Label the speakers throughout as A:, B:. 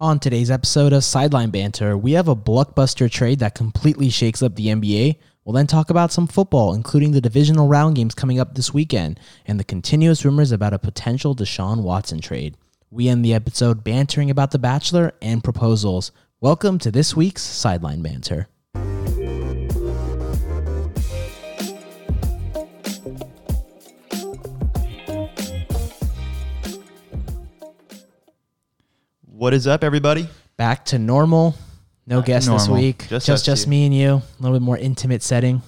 A: On today's episode of Sideline Banter, we have a blockbuster trade that completely shakes up the NBA. We'll then talk about some football, including the divisional round games coming up this weekend and the continuous rumors about a potential Deshaun Watson trade. We end the episode bantering about The Bachelor and proposals. Welcome to this week's Sideline Banter.
B: What is up, everybody?
A: Back to normal. No guest this
B: normal.
A: week. Just
B: Just
A: just,
B: us two.
A: me and you. A little bit more intimate setting.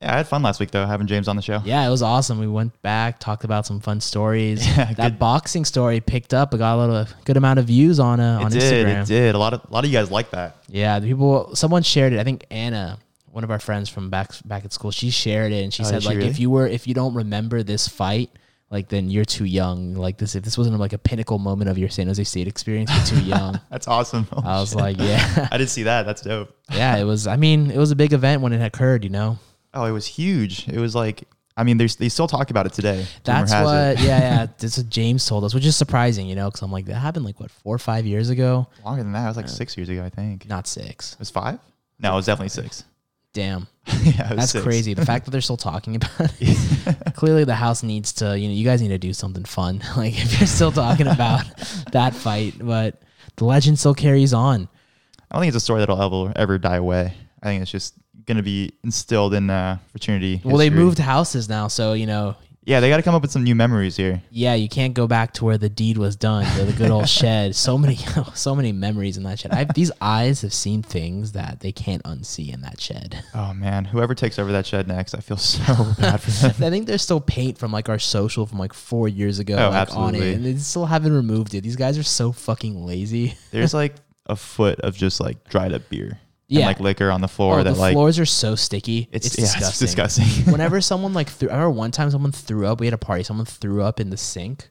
B: Yeah, I had fun last week though, having James on the show.
A: Yeah, it was awesome. We went back, talked about some fun stories.
B: Yeah,
A: that
B: good.
A: boxing story picked up. It got a little good amount of views on uh,
B: it
A: on
B: did.
A: Instagram.
B: It did. A lot of a lot of you guys like that.
A: Yeah, the people. Someone shared it. I think Anna, one of our friends from back back at school, she shared it and she
B: Oh,
A: said
B: did she
A: like,
B: really?
A: if you were if you don't remember this fight. Like then you're too young. Like this, if this wasn't like a pinnacle moment of your San Jose State experience, you're too young.
B: That's awesome. Oh,
A: I was
B: shit.
A: like, yeah,
B: I did see that. That's dope.
A: yeah. It was. I mean, it was a big event when it occurred. You know,
B: Oh, it was huge. It was like, I mean, there's they still talk about it today. Rumor
A: That's
B: has
A: what, yeah,
B: it.
A: yeah. That's what James told us, which is surprising, you know, because I'm like, that happened like what four or five years ago,
B: Longer than that. It was like six years ago, I think. It
A: not six.
B: was five. No, it was definitely six.
A: Damn,
B: yeah, it was
A: that's
B: six.
A: crazy. The fact that they're still talking about it. Clearly, the house needs to, you know, you guys need to do something fun. Like if you're still talking about that fight, but the legend still carries on.
B: I don't think it's a story that'll ever ever die away. I think it's just gonna be instilled in uh, fraternity.
A: Well, they
B: history.
A: moved houses now, so you know,
B: Yeah, they got to come up with some new memories here.
A: yeah, you can't go back to where the deed was done. The, the good old shed. So many, so many memories in that shed. I've, these eyes have seen things that they can't unsee in that shed.
B: Oh man, whoever takes over that shed next, I feel so bad for them.
A: I think there's still paint from like our social from like four years ago
B: Oh,
A: like, on
B: absolutely.
A: it, and they still haven't removed it. These guys are so fucking lazy.
B: There's like a foot of just like dried up beer
A: Yeah.
B: and like liquor on the floor
A: Or
B: that
A: Oh, the
B: like
A: floors are so sticky. It's,
B: it's, yeah,
A: disgusting.
B: it's disgusting.
A: Whenever someone like threw, I remember one time someone threw up. We had a party. Someone threw up in the sink,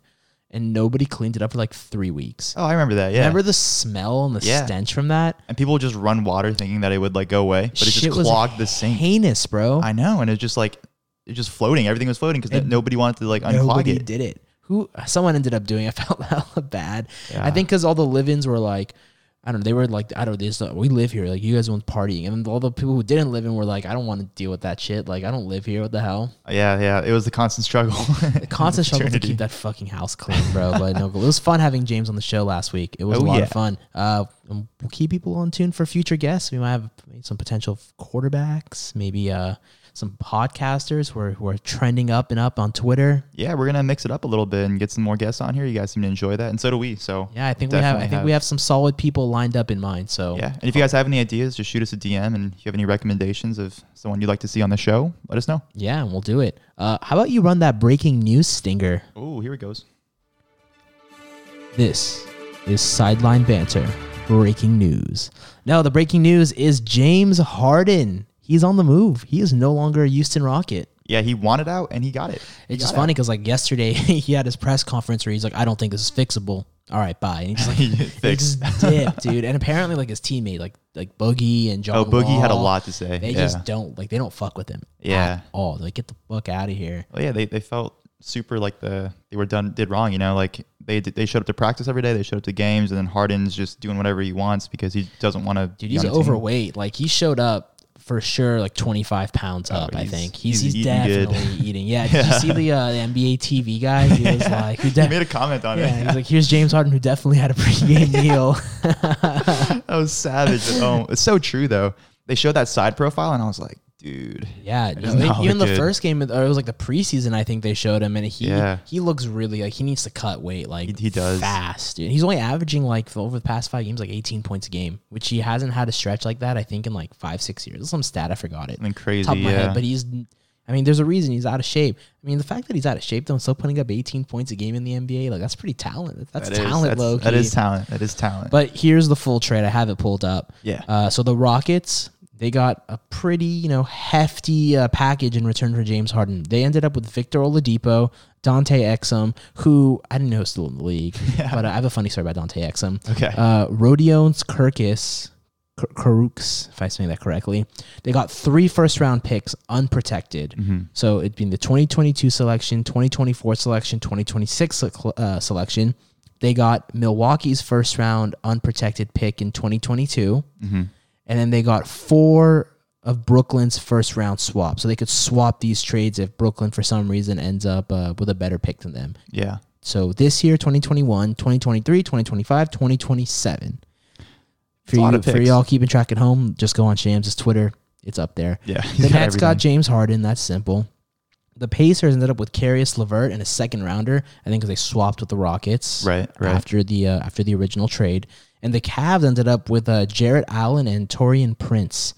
A: and nobody cleaned it up for like three weeks.
B: oh, I remember that. Yeah,
A: Remember the smell and the
B: Yeah.
A: stench from that?
B: and people would just run water thinking that it would like go away, but it
A: Shit
B: just
A: was
B: clogged the sink.
A: Heinous, bro.
B: I know, and it was just like it just floating. Everything was floating because
A: And
B: nobody wanted to like unclog
A: Nobody
B: it.
A: did it. Who? Someone ended up doing. it. I felt hella bad. I
B: Yeah.
A: think because all the live-ins were like, I don't know. They were like, I don't. This we live here. Like you guys want partying, and all the people who didn't live in were like, I don't want to deal with that shit. Like I don't live here. What the hell?
B: Yeah, yeah, it was the constant struggle. the
A: Constant struggle to keep that fucking house clean, bro. But no, it was fun having James on the show last week. It was a
B: Oh,
A: lot
B: yeah.
A: of fun. Uh, and we'll keep people on tune for future guests. We might have some potential quarterbacks, maybe uh, some podcasters who are, who are trending up and up on Twitter.
B: Yeah, we're gonna mix it up a little bit and get some more guests on here. You guys seem to enjoy that, and so do we. So
A: Yeah, I think we have. I
B: definitely
A: think we have some solid people lined up in mind. So
B: Yeah, and if you guys have any ideas, just shoot us a DM. And if you have any recommendations of someone you'd like to see on the show, let us know.
A: yeah, and we'll do it. Uh, how about you run that breaking news stinger?
B: Oh, here it goes.
A: This is sideline banter. Breaking news. Now the breaking news is James Harden. He's on the move. He is no longer a Houston Rocket.
B: Yeah, he wanted out and he got it. He
A: It's just
B: got
A: funny because like yesterday he had his press conference where he's like, "I don't think this is fixable." All right, bye. And he just like
B: He
A: he
B: fixed.
A: just dipped, dude. And apparently like his teammate, like like Boogie and John.
B: Oh, Boogie had a
A: Wall,
B: lot to say.
A: They
B: yeah.
A: just don't like they don't fuck with him.
B: Yeah.
A: Oh, like get the fuck out of here.
B: Well, yeah, they, they felt super like the they were done did wrong. You know, like they did- they showed up to practice every day. They showed up to games, and then Harden's just doing whatever he wants because he doesn't want to.
A: Dude, he's overweight. Like he showed up for sure, like twenty five pounds up. I
B: he's-
A: think he's he's,
B: he's eating good.
A: definitely eating. Yeah. Did you see the, uh, the NBA TV guy? He was like, who
B: He
A: def-
B: made a comment on
A: yeah,
B: it.
A: he's like, here's James Harden, who definitely had a pregame meal.
B: that was savage. oh, it's so true though. They showed that side profile, and I was like, dude.
A: Yeah,
B: is
A: I think
B: not
A: even the
B: good.
A: first game, of- or it was like the preseason. I think they showed him, and he
B: Yeah.
A: he looks really like he needs to cut weight. Like
B: He- he does.
A: fast. Dude. He's only averaging like for over the past five games, like eighteen points a game, which he hasn't had a stretch like that. I think in like five six years. That's some stat I forgot it.
B: Something crazy,
A: Top of my head,
B: yeah.
A: but he's. I mean, there's a reason he's out of shape. I mean, the fact that he's out of shape though, and still putting up 18 points a game in the NBA, like that's pretty talent. That's
B: That is-
A: talent,
B: that's-
A: low
B: That is talent. That is talent.
A: but here's the full trade. I have it pulled up.
B: Yeah.
A: Uh, so the Rockets, they got a pretty, you know, hefty uh, package in return for James Harden. They ended up with Victor Oladipo, Dante Exum, who I didn't know was still in the league, but I have a funny story about Dante Exum.
B: Okay.
A: Uh, Rodion's Kirkus, K- Karooks, if I say that correctly. They got three first round picks unprotected. So it'd been the 2022 selection, 2024 selection, 2026 se- uh, selection, they got Milwaukee's first round unprotected pick in 2022, and then they got four of Brooklyn's first round swap. So they could swap these trades if Brooklyn, for some reason, ends up uh, with a better pick than them.
B: Yeah.
A: So this year, 2021, 2023, 2025, 2027. For
B: a lot
A: you,
B: of
A: for
B: picks.
A: y'all keeping track at home, just go on Shams' Twitter. It's up there.
B: Yeah. he's
A: The Nets got
B: everything.
A: James Harden. That's simple. The Pacers ended up with Carius LeVert and a second rounder. I think because they swapped with the Rockets
B: Right, right.
A: after the uh, after the original trade. And the Cavs ended up with uh, Jarrett Allen and Torian Prince.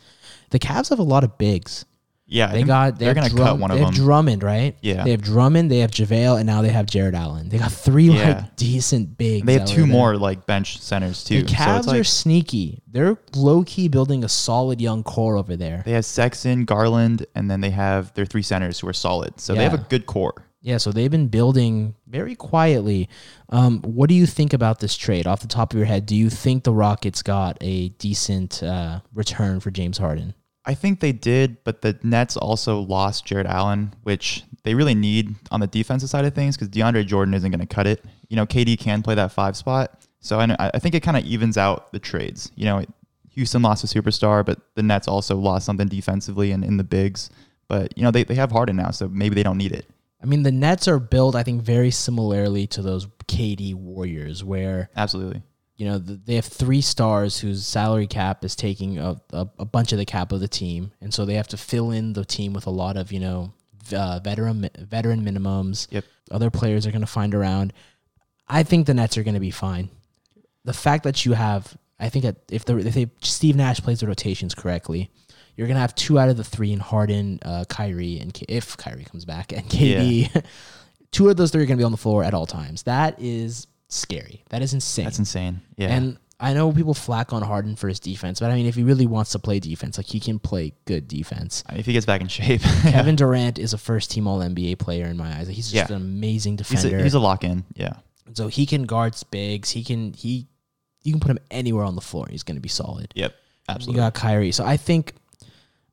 A: The Cavs have a lot of bigs.
B: Yeah. I
A: They
B: think
A: got they
B: they're
A: are
B: going
A: gonna
B: to cut one of
A: they have
B: them.
A: Drummond, right?
B: Yeah.
A: They have Drummond, they have JaVale, and now they have Jared Allen. They got three
B: Yeah.
A: like decent bigs.
B: they have
A: out
B: two
A: there.
B: more like bench centers too.
A: The Cavs
B: so
A: are
B: it's like
A: sneaky. They're low key building a solid young core over there.
B: they have Sexton, Garland, and then they have their three centers who are solid. So they have
A: Yeah.
B: a good core.
A: Yeah, so they've been building very quietly. Um, what do you think about this trade off the top of your head? Do you think the Rockets got a decent uh, return for James Harden?
B: I think they did, but the Nets also lost Jared Allen, which they really need on the defensive side of things because DeAndre Jordan isn't going to cut it. You know, KD can play that five spot, so I, know, I I think it kind of evens out the trades. You know, Houston lost a superstar, but the Nets also lost something defensively and in the bigs. But you know, they, they have Harden now, so maybe they don't need it.
A: I mean, the Nets are built, I think, very similarly to those KD Warriors, where
B: Absolutely,
A: you know th- they have three stars whose salary cap is taking a, a, a bunch of the cap of the team, and so they have to fill in the team with a lot of you know v- uh, veteran veteran minimums.
B: Yep.
A: Other players are going to find around. I think the Nets are going to be fine. The fact that you have, I think that if the if they, Steve Nash plays the rotations correctly, you're going to have two out of the three in Harden, uh, Kyrie, and K- if Kyrie comes back and KD, two of those three are going to be on the floor at all times. That is scary. That is insane.
B: that's insane. Yeah,
A: And I know people flack on Harden for his defense, but I mean, if he really wants to play defense, like he can play good defense.
B: if he gets back in shape,
A: Kevin Durant is a first team All NBA player in my eyes. Like, he's just
B: Yeah.
A: an amazing
B: he's
A: defender.
B: a, he's a lock in. Yeah,
A: so he can guard bigs. He can he you can put him anywhere on the floor. and He's going to be solid.
B: yep, absolutely.
A: You got Kyrie. So I think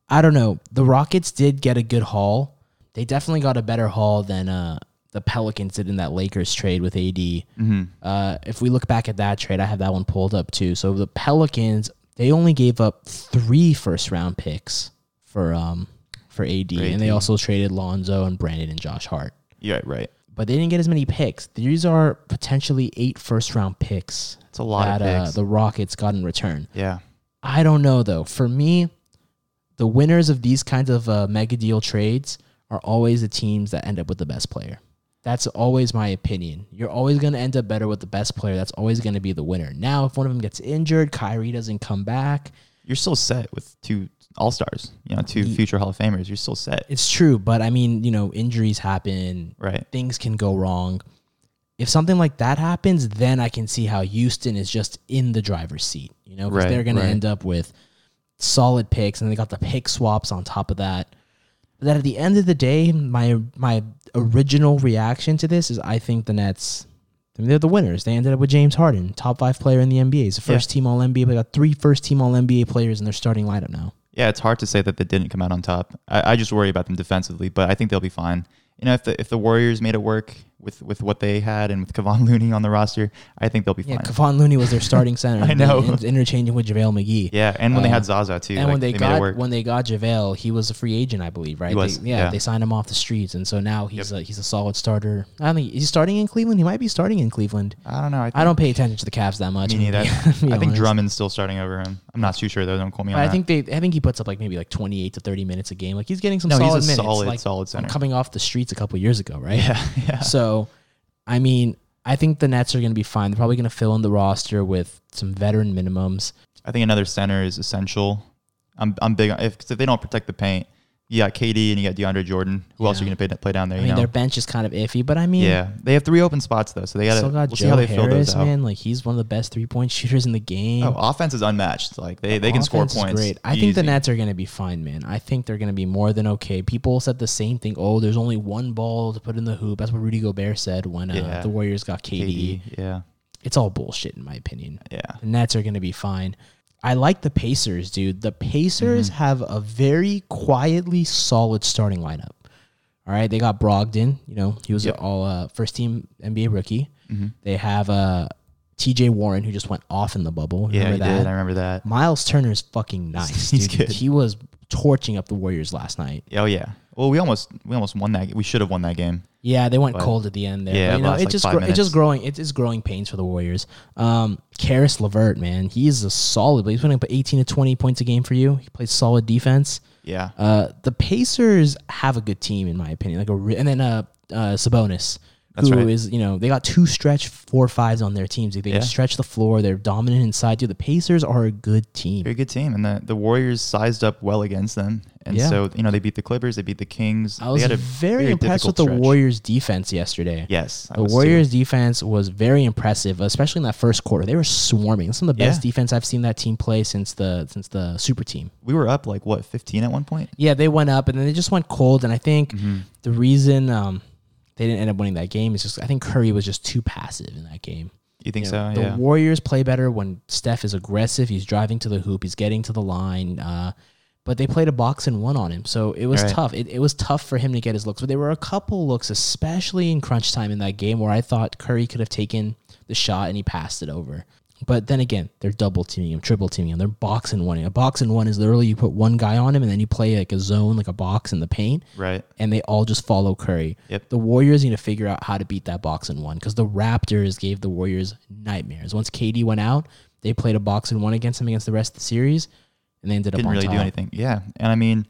A: I don't know. The Rockets did get a good haul. They definitely got a better haul than uh the Pelicans did in that Lakers trade with AD.
B: Mm-hmm.
A: Uh, if we look back at that trade, I have that one pulled up too. So the Pelicans, they only gave up three first round picks for um for AD, and they
B: AD.
A: also traded Lonzo and Brandon and Josh Hart.
B: Yeah, right.
A: But they didn't get as many picks. These are potentially eight first round picks
B: It's a lot
A: that
B: of
A: uh,
B: picks.
A: the Rockets got in return.
B: yeah,
A: I don't know though. For me, the winners of these kinds of uh, mega deal trades are always the teams that end up with the best player. That's always my opinion. You're always going to end up better with the best player. That's always going to be the winner. Now, if one of them gets injured, Kyrie doesn't come back.
B: you're still set with two all stars, you know, two future Hall of Famers. You're still set,
A: It's true, but I mean, you know, injuries happen.
B: right?
A: Things can go wrong. If something like that happens, then I can see how Houston is just in the driver's seat, you know, because
B: Right,
A: they're going
B: right.
A: to end up with solid picks and they got the pick swaps on top of that. But then at the end of the day, my my original reaction to this is I think the Nets I mean, they're the winners. They ended up with James Harden, top five player in the NBA. He's the
B: Yeah.
A: first team all NBA. They got three first team all NBA players in their starting lineup now.
B: Yeah, it's hard to say that they didn't come out on top. I, I just worry about them defensively, but I think they'll be fine. You know, if the if the Warriors made it work with with what they had and with Kevon Looney on the roster, I think they'll be
A: Yeah,
B: fine.
A: Kevon Looney was their starting center.
B: I know.
A: and interchanging with JaVale McGee.
B: yeah, and when they
A: Uh,
B: had Zaza too,
A: and
B: like,
A: when they,
B: made it
A: got
B: work.
A: when they got JaVale, he was a free agent, I believe, right?
B: He was,
A: They, yeah,
B: yeah.
A: they signed him off the streets, and so now he's a he's a solid starter. I don't think he's starting in Cleveland. He might be starting in Cleveland.
B: I don't know. I, think,
A: I don't pay attention to the Cavs that much.
B: Me
A: I'm
B: neither.
A: gonna
B: I
A: be- be
B: think
A: honest.
B: Drummond's still starting over him. I'm not too sure though. Don't quote me on
A: But I
B: that.
A: think they. I think he puts up like maybe like twenty eight to thirty minutes a game. Like he's getting some
B: no, he's
A: solid
B: a
A: minutes.
B: solid,
A: like,
B: solid
A: I'm
B: center.
A: coming off the streets a couple years ago, right?
B: yeah, yeah,
A: So, I mean, I think the Nets are going to be fine. They're probably going to fill in the roster with some veteran minimums.
B: I think another center is essential. I'm I'm big on if 'cause if they don't protect the paint, you got KD and you got DeAndre Jordan. Who else are
A: Yeah.
B: you going to play, play down there?
A: I
B: you
A: mean,
B: know?
A: their bench is kind of iffy, but I mean,
B: Yeah, they have three open spots though, so they gotta
A: Still got
B: we'll
A: Joe
B: see how they fill
A: Harris,
B: those out.
A: man. Like he's one of the best three point shooters in the game.
B: Oh, offense is unmatched. Like they, they can score
A: Offense is
B: points.
A: Great. I think the
B: easy.
A: Nets are going to be fine, man. I think they're going to be more than okay. People said the same thing. Oh, there's only one ball to put in the hoop. That's what Rudy Gobert said when uh,
B: Yeah. E.
A: the Warriors got KD.
B: KD, Yeah,
A: It's all bullshit, in my opinion.
B: yeah.
A: The Nets are going to be fine. I like the Pacers,
B: Mm-hmm.
A: dude. The Pacers have a very quietly solid starting lineup. All All right, they got Brogdon. You know, he was
B: Yep.
A: all uh, first team NBA rookie.
B: Mhm.
A: They have uh, T.J. Warren, who just went off in the bubble.
B: Yeah,
A: Remember
B: he
A: that?
B: did. I remember that.
A: Miles Turner's fucking nice.
B: He's
A: dude.
B: good.
A: He was torching up the Warriors last night.
B: Oh yeah. Well, we almost we almost won that. We should have won that game.
A: Yeah, they went
B: But-
A: cold at the end there.
B: Yeah,
A: but, you know,
B: last,
A: it's
B: like,
A: just
B: five
A: gro- it's just
B: minutes.
A: growing. It is growing pains for the Warriors. Um, Karis Levert, man, he is a solid. But he's putting up 18 to 20 points a game for you. He plays solid defense.
B: Yeah.
A: Uh, the Pacers have a good team in my opinion. Like a re- and then uh, uh Sabonis, who
B: That's
A: is
B: right.
A: you know they got two stretch four fives on their teams. Like, they
B: Yeah.
A: can stretch the floor. They're dominant inside. Dude, the Pacers are a good team.
B: Very good team, and the, the Warriors sized up well against them, and
A: Yeah.
B: so you know they beat the Clippers, they beat the Kings.
A: I was
B: they had a
A: very, impressed with
B: difficult
A: the
B: stretch.
A: Warriors defense yesterday.
B: Yes, I
A: The
B: was too.
A: Warriors defense was very impressive, especially in that first quarter. They were swarming. Some of the best
B: Yeah.
A: defense I've seen that team play since the since the super team.
B: We were up like what fifteen at one point.
A: Yeah, they went up and then they just went cold. And I think
B: Mm-hmm.
A: the reason um, they didn't end up winning that game is just I think Curry was just too passive in that game.
B: You think
A: You know,
B: so?
A: The
B: yeah.
A: Warriors play better when Steph is aggressive. He's driving to the hoop. He's getting to the line. Uh, but they played a box and one on him, so it was
B: Right.
A: tough. It, it was tough for him to get his looks. But there were a couple looks, especially in crunch time in that game, where I thought Curry could have taken the shot and he passed it over. But then again, they're double teaming him, triple teaming him. They're box and one. A box and one is literally you put one guy on him and then you play like a zone, like a box in the paint,
B: right.
A: and they all just follow Curry.
B: Yep.
A: The Warriors need to figure out how to beat that box and one because the Raptors gave the Warriors nightmares. Once KD went out, they played a box and one against him against the rest of the series, and they ended
B: Didn't
A: up on
B: really
A: top.
B: do anything. Yeah, and I mean,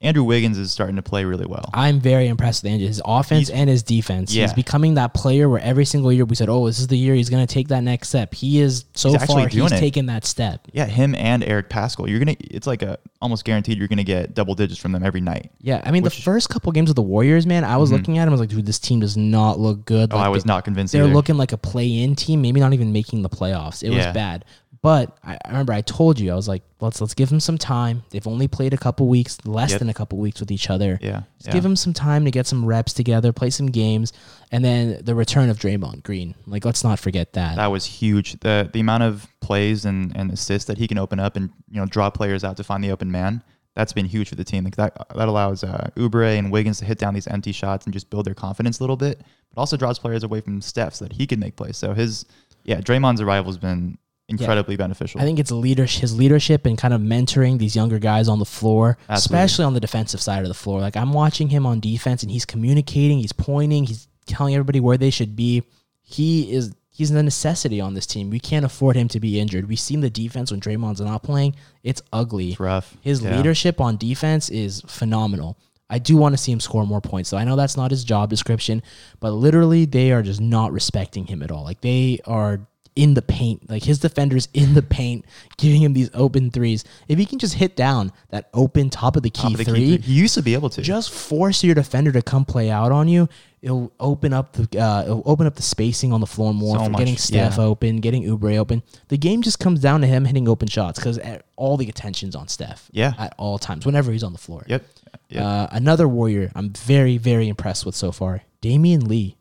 B: Andrew Wiggins is starting to play really well.
A: I'm very impressed with Andrew. His offense and his defense. He's
B: Yeah.
A: becoming that player where every single year we said, "Oh, this is the year he's going to take that next step." He is so
B: He's actually
A: far he's
B: doing it.
A: taken that step.
B: yeah, him and Eric Pascal. You're gonna. It's like a almost guaranteed you're gonna get double digits from them every night.
A: Yeah, I mean the first couple games of the Warriors, man, I was looking at him. I was like, "Dude, this team does not look good."
B: Mm-hmm. Oh,
A: Like,
B: I
A: they-
B: was not convinced.
A: they're
B: either.
A: looking like a play-in team, maybe not even making the playoffs. It
B: Yeah.
A: was bad. But I, I remember I told you I was like, let's let's give them some time. They've only played a couple weeks, less
B: Yep.
A: than a couple weeks with each other.
B: Yeah.
A: Let's
B: yeah.
A: give them some time to get some reps together, play some games, and then the return of Draymond Green. Like, let's not forget that.
B: That was huge. The the amount of plays and, and assists that he can open up and you know draw players out to find the open man. That's been huge for the team. Like that that allows uh, Ubre and Wiggins to hit down these empty shots and just build their confidence a little bit. But also draws players away from Steph so that he can make plays. So his yeah, Draymond's arrival has been incredibly beneficial.
A: I think it's leadership, his leadership and kind of mentoring these younger guys on the floor,
B: Absolutely.
A: especially on the defensive side of the floor. Like I'm watching him on defense and he's communicating, he's pointing, he's telling everybody where they should be. He is he's a necessity on this team. We can't afford him to be injured. We've seen the defense when Draymond's not playing. It's ugly.
B: it's rough.
A: His
B: Yeah.
A: leadership on defense is phenomenal. I do want to see him score more points, though. I know that's not his job description, but literally they are just not respecting him at all. Like they are in the paint, like his defenders in the paint, giving him these open threes. If he can just hit down that open top of the key,
B: Top of the key
A: three,
B: three. He used to be able to.
A: just force your defender to come play out on you. It'll open up the uh, it'll open up the spacing on the floor more
B: So
A: for
B: much,
A: getting Steph
B: yeah.
A: open, getting Oubre open. The game just comes down to him hitting open shots because all the attention's on Steph.
B: Yeah.
A: at all times, whenever he's on the floor.
B: Yep. Yep.
A: Uh, another warrior I'm very very impressed with so far, Damian Lee.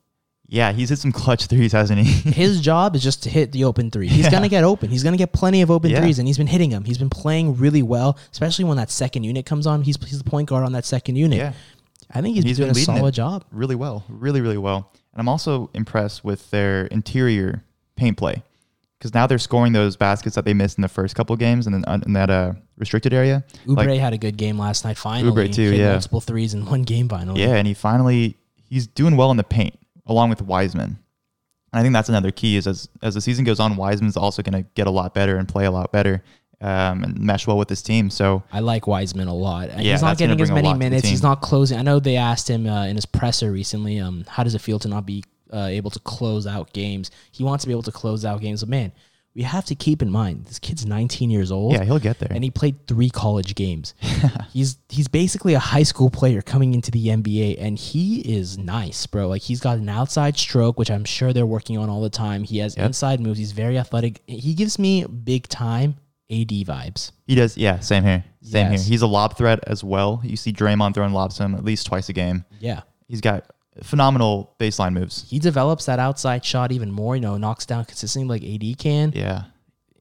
B: yeah, he's hit some clutch threes, hasn't he?
A: His job is just to hit the open three. He's gonna get open. He's gonna get plenty of open
B: Yeah.
A: threes, and he's been hitting them. He's been playing really well, especially when that second unit comes on. He's, he's the point guard on that second unit.
B: yeah.
A: I think he's,
B: He's
A: doing
B: been
A: a
B: leading it.
A: solid job.
B: really well, really, really well. And I'm also impressed with their interior paint play because now they're scoring those baskets that they missed in the first couple games and then un- in that uh, restricted area.
A: Oubre
B: Like,
A: had a good game last night. Finally,
B: too,
A: Hit
B: yeah.
A: multiple threes in one game. Finally,
B: yeah, and he finally he's doing well in the paint along with Wiseman. And I think that's another key is as as the season goes on, Wiseman's also going to get a lot better and play a lot better um, and mesh well with this team. So
A: I like Wiseman a lot. And
B: Yeah,
A: he's not
B: that's gonna
A: getting as
B: bring a
A: many
B: lot to the
A: minutes. He's
B: team.
A: not closing. I know they asked him uh, in his presser recently, um, how does it feel to not be uh, able to close out games? He wants to be able to close out games. But man, we have to keep in mind this kid's 19 years old.
B: yeah, he'll get there.
A: and he played three college games. he's he's basically a high school player coming into the NBA, and he is nice, bro. Like he's got an outside stroke, which I'm sure they're working on all the time. He has inside moves. He's very athletic. He gives me big time AD vibes.
B: He does, yeah. Same here, same
A: Yes.
B: here. He's a lob threat as well. You see Draymond throwing lobs to him at least twice a game.
A: Yeah.
B: He's got phenomenal baseline moves.
A: He develops that outside shot even more, you know, knocks down consistently like AD can.
B: Yeah.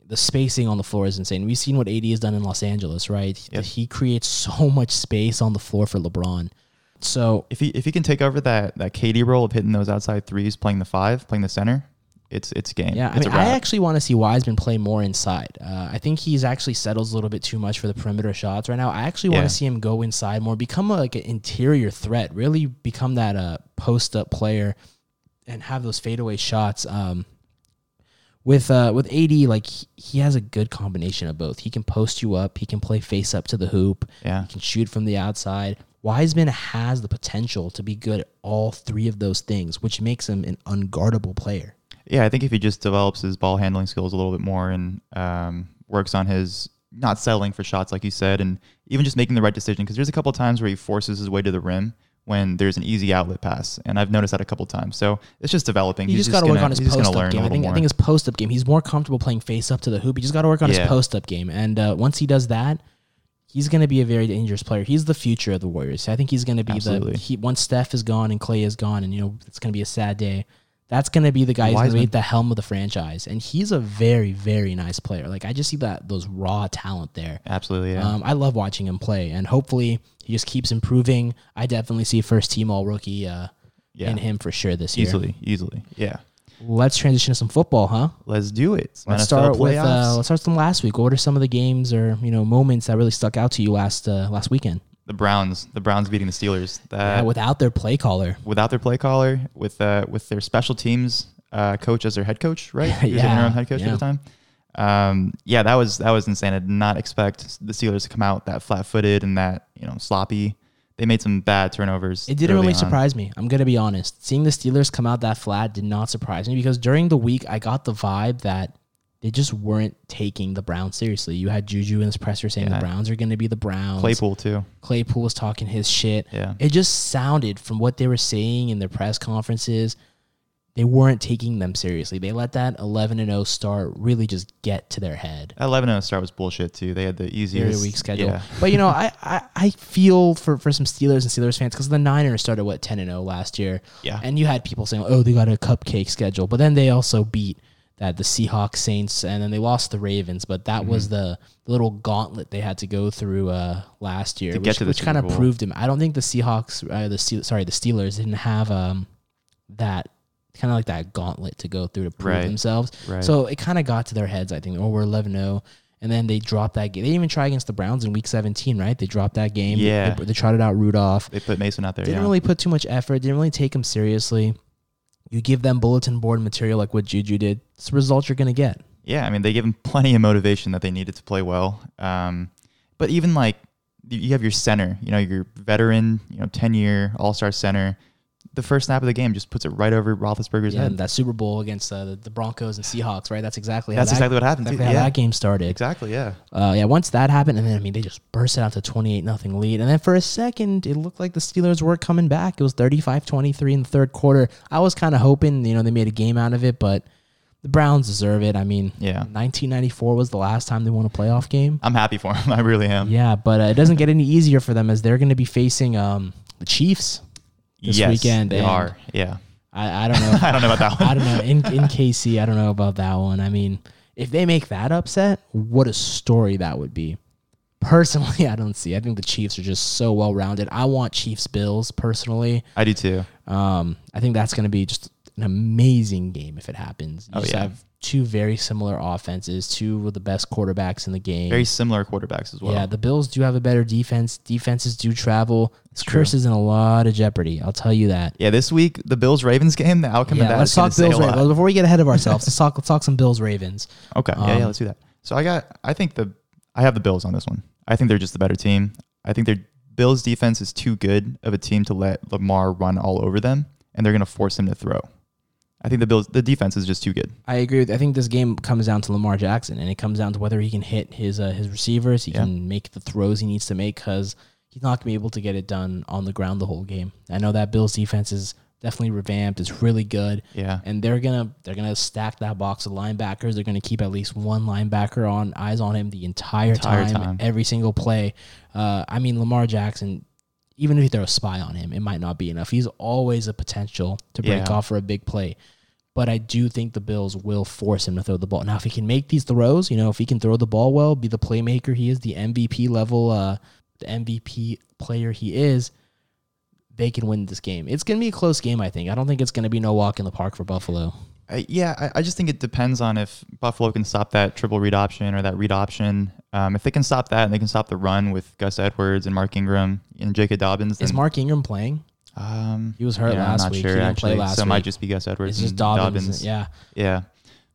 A: The spacing on the floor is insane. We've seen what AD has done in Los Angeles, right? He creates so much space on the floor for LeBron. So
B: If he if he can take over that that KD role of hitting those outside threes, playing the five, playing the center, it's it's game.
A: yeah, I
B: it's
A: mean,
B: a
A: I
B: wrap.
A: actually want to see Wiseman play more inside. Uh, I think he's actually settles a little bit too much for the perimeter shots right now. I actually
B: Yeah.
A: want to see him go inside more, become a, like an interior threat, really become that uh, post up player, and have those fadeaway shots. Um, with uh, with AD, like he- he has a good combination of both. He can post you up, he can play face up to the hoop,
B: yeah.
A: He can shoot from the outside. Wiseman has the potential to be good at all three of those things, which makes him an unguardable player.
B: Yeah, I think if he just develops his ball handling skills a little bit more and um, works on his not settling for shots, like you said, and even just making the right decision, because there's a couple times where he forces his way to the rim when there's an easy outlet pass, and I've noticed that a couple times. So it's just developing.
A: He
B: He's
A: just got to work
B: gonna-
A: on his
B: he's just
A: post
B: gonna
A: up
B: learn a
A: game. I
B: little
A: think, I
B: more.
A: think his post up game. He's more comfortable playing face up to the hoop. He just got to work on his
B: Yeah.
A: post up game, and uh, once he does that, he's going to be a very dangerous player. He's the future of the Warriors. I think he's going to be
B: Absolutely.
A: the he, once Steph is gone and Clay is gone, and you know it's going to be a sad day. That's going to be the guy who's going to be
B: Wiseman.
A: at the helm of the franchise, and he's a very very nice player. Like I just see that those raw talent there.
B: Absolutely, yeah.
A: Um, I love watching him play, and hopefully he just keeps improving. I definitely see first team all rookie uh,
B: Yeah.
A: in him for sure this year.
B: easily, easily. Yeah.
A: Let's transition to some football, huh?
B: Let's do it. Some
A: Let's
B: NFL
A: start with uh,
B: playoffs.
A: let's start from last week. What are some of the games or you know moments that really stuck out to you last uh, last weekend?
B: the Browns. The Browns beating the Steelers. That
A: Uh, without their play caller,
B: without their play caller, with uh, with their special teams uh, coach as their head coach, right? He was
A: Yeah,
B: their interim head coach
A: yeah.
B: at the time. Um, yeah, that was that was insane. I did not expect the Steelers to come out that flat footed and that you know sloppy. They made some bad turnovers.
A: it didn't
B: early
A: really
B: on.
A: surprise me. I'm gonna be honest. Seeing the Steelers come out that flat did not surprise me because during the week I got the vibe that they just weren't taking the Browns seriously. You had Juju in his presser saying the
B: Yeah.
A: Browns are gonna be the Browns.
B: Claypool too.
A: Claypool was talking his shit.
B: Yeah.
A: It just sounded from what they were saying in their press conferences, they weren't taking them seriously. They let that 11 and 0 start really just get to their head.
B: That 11 start was bullshit too. They had the
A: Their
B: easiest
A: week schedule.
B: Yeah,
A: But you know, I, I, I feel for, for some Steelers and Steelers fans because the Niners started what 10 and 0 last year.
B: Yeah.
A: And you had people saying, "Oh, they got a cupcake schedule." But then they also beat that the Seahawks, Saints, and then they lost the Ravens, but that was
B: Mm-hmm.
A: the little gauntlet they had to go through uh, last year,
B: To
A: which,
B: get to the
A: which
B: Super
A: kind of
B: Bowl.
A: proved him. I don't think the Seahawks, uh, the Steel, sorry, the Steelers didn't have um, that kind of like that gauntlet to go through to prove
B: Right.
A: themselves.
B: Right.
A: So it kind of got to their heads, I think. Oh, we're 11 0. And then they dropped that game. They didn't even try against the Browns in week 17, right? They dropped that game.
B: Yeah.
A: They, they trotted out Rudolph.
B: they put Mason out there.
A: Didn't
B: yeah.
A: really put too much effort. Didn't really take them seriously. You give them bulletin board material like what Juju did. It's the result you're going to get.
B: Yeah, I mean, they gave him plenty of motivation that they needed to play well. Um, but even like you- you have your center, you know, your veteran, you know, ten year All Star center. The first snap of the game just puts it right over Roethlisberger's
A: Yeah,
B: head.
A: that Super Bowl against uh, the, the Broncos and Seahawks, right? That's exactly how
B: That's
A: that,
B: exactly what happened.
A: exactly
B: too.
A: how
B: yeah,
A: that game started.
B: exactly. Yeah,
A: Uh, yeah, once that happened, and then I mean they just burst it out to twenty eight nothing lead, and then for a second it looked like the Steelers were coming back. It was 35-23 in the third quarter. I was kind of hoping you know they made a game out of it, but the Browns deserve it. I mean,
B: Yeah.
A: nineteen ninety four was the last time they won a playoff game.
B: I'm happy for him. I really am.
A: Yeah, but uh, it doesn't get any easier for them as they're going to be facing um, the Chiefs this
B: yes,
A: weekend.
B: they
A: and
B: are. Yeah,
A: I, I don't know.
B: I don't know about that one.
A: I don't know. In in KC, I don't know about that one. I mean, if they make that upset, what a story that would be. Personally, I don't see. I think the Chiefs are just so well rounded. I want Chiefs Bills personally.
B: I do too.
A: Um, I think that's going to be just an amazing game if it happens. You
B: Oh,
A: just
B: yeah.
A: have two very similar offenses, two of the best quarterbacks in the game.
B: Very similar quarterbacks as well.
A: yeah, the Bills do have a better defense. Defenses do travel. This
B: true.
A: curse is in a lot of jeopardy. I'll tell you that.
B: Yeah, This week the Bills Ravens game. The outcome of
A: Yeah,
B: that.
A: let's
B: is gonna
A: talk
B: say a
A: Bills
B: lot.
A: Ravens. Before we get ahead of ourselves, let's talk let's talk some Bills Ravens.
B: Okay. yeah,
A: Um,
B: yeah, let's do that. So I got I think the I have the Bills on this one. I think they're just the better team. I think their Bills defense is too good of a team to let Lamar run all over them and they're going to force him to throw. I think the Bills the defense is just too good.
A: I agree with. I think this game comes down to Lamar Jackson, and it comes down to whether he can hit his uh, his receivers, he
B: Yeah.
A: can make the throws he needs to make, because he's not gonna be able to get it done on the ground the whole game. I know that Bills defense is definitely revamped; it's really good,
B: Yeah.
A: and they're gonna they're gonna stack that box of linebackers. They're gonna keep at least one linebacker on eyes on him the entire,
B: Entire
A: time,
B: time.
A: every single play. Uh, I mean, Lamar Jackson. Even if you throw a spy on him, it might not be enough. He's always a potential to break
B: Yeah.
A: off for a big play but I do think the Bills will force him to throw the ball. Now, if he can make these throws, you know, if he can throw the ball well, be the playmaker he is, the MVP level, uh, the MVP player he is, they can win this game. It's going to be a close game, I think. I don't think it's going to be no walk in the park for Buffalo.
B: Uh, yeah, I, I just think it depends on if Buffalo can stop that triple read option or that read option. Um, if they can stop that and they can stop the run with Gus Edwards and Mark Ingram and J.K. Dobbins, then,
A: Is Mark Ingram playing?
B: um,
A: He was hurt
B: yeah,
A: last
B: I'm not
A: week.
B: Sure,
A: he didn't
B: actually.
A: play last
B: so it might
A: week.
B: just be Gus Edwards.
A: It's just
B: and
A: Dobbins. Yeah.
B: Yeah.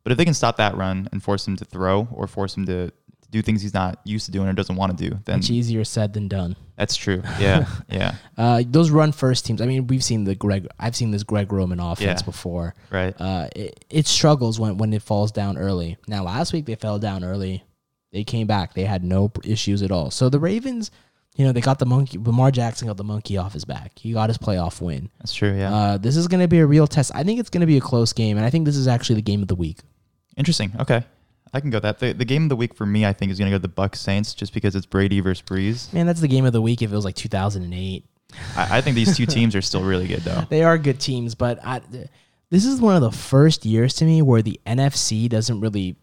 B: But if they can stop that run and force him to throw or force him to do things he's not used to doing or doesn't want to do, then
A: Much easier said than done.
B: that's true. Yeah. yeah.
A: Uh, those run first teams. I mean, we've seen the Greg. I've seen this Greg Roman offense
B: Yeah.
A: before.
B: Right.
A: Uh, it, it struggles when when it falls down early. Now, last week they fell down early. They came back. They had no pr- issues at all. So the Ravens, you know, they got the monkey. Lamar Jackson got the monkey off his back. He got his playoff win.
B: That's true. Yeah.
A: Uh, this is going to be a real test. I think it's going to be a close game, and I think this is actually the game of the week.
B: Interesting. Okay. I can go that. The, the game of the week for me, I think, is going to go to the Bucks Saints just because it's Brady versus Breeze.
A: Man, that's the game of the week. If it was like 2008,
B: I, I think these two teams are still really good, though.
A: they are good teams, but I, th- this is one of the first years to me where the NFC doesn't really.